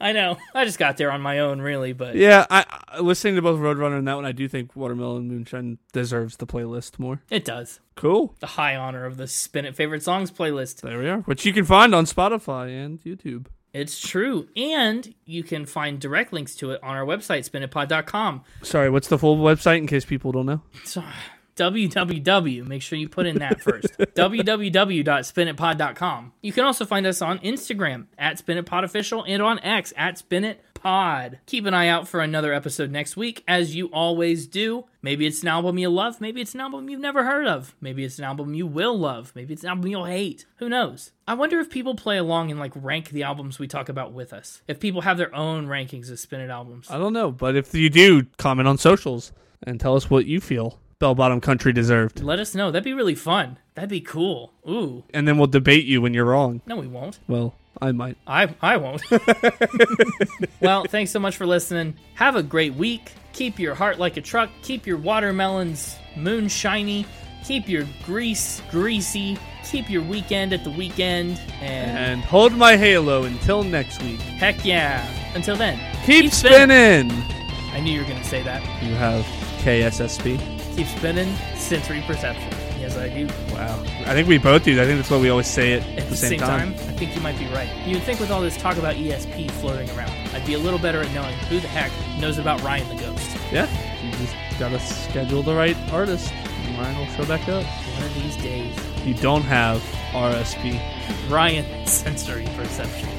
Speaker 1: I know. I just got there on my own, really, but
Speaker 3: Yeah, I, I listening to both Roadrunner and that one, I do think Watermelon Moonshine deserves the playlist more.
Speaker 1: it does.
Speaker 3: Cool.
Speaker 1: The high honor of the Spin It Favorite Songs playlist.
Speaker 3: There we are. Which you can find on Spotify and YouTube.
Speaker 1: It's true. And you can find direct links to it on our website, spinitpod.com.
Speaker 3: Sorry, what's the full website in case people don't know?
Speaker 1: So, *sighs* www. Make sure you put in that first. www.spinitpod.com. You can also find us on Instagram at spinitpodofficial and on X at spinitpod. Keep an eye out for another episode next week, as you always do. Maybe it's an album you love. Maybe it's an album you've never heard of. Maybe it's an album you will love. Maybe it's an album you'll hate. Who knows? I wonder if people play along and like rank the albums we talk about with us. If people have their own rankings of spinit albums.
Speaker 3: I don't know, but if you do, comment on socials and tell us what you feel Bell Bottom Country deserved.
Speaker 1: Let us know. That'd be really fun. That'd be cool. Ooh.
Speaker 3: And then we'll debate you when you're wrong.
Speaker 1: No, we won't.
Speaker 3: Well, I might.
Speaker 1: I, I won't. *laughs* well, thanks so much for listening. Have a great week. Keep your heart like a truck. Keep your watermelons moon shiny. Keep your grease greasy. Keep your weekend at the weekend. And
Speaker 3: And hold my halo until next week.
Speaker 1: heck yeah. Until then,
Speaker 3: Keep, spinning.
Speaker 1: I knew you were going to say that.
Speaker 3: You have KSSP.
Speaker 1: Keep spinning sensory perception. Yes, I do.
Speaker 3: Wow. I think we both do. that. I think that's why we always say it
Speaker 1: At the, same, time. I think you might be right. You'd think with all this talk about ESP floating around, I'd be a little better at knowing who the heck knows about Ryan the Ghost.
Speaker 3: Yeah. You just gotta schedule the right artist. and Mine will show back up.
Speaker 1: One of these days.
Speaker 3: You don't have RSP.
Speaker 1: Ryan sensory perception.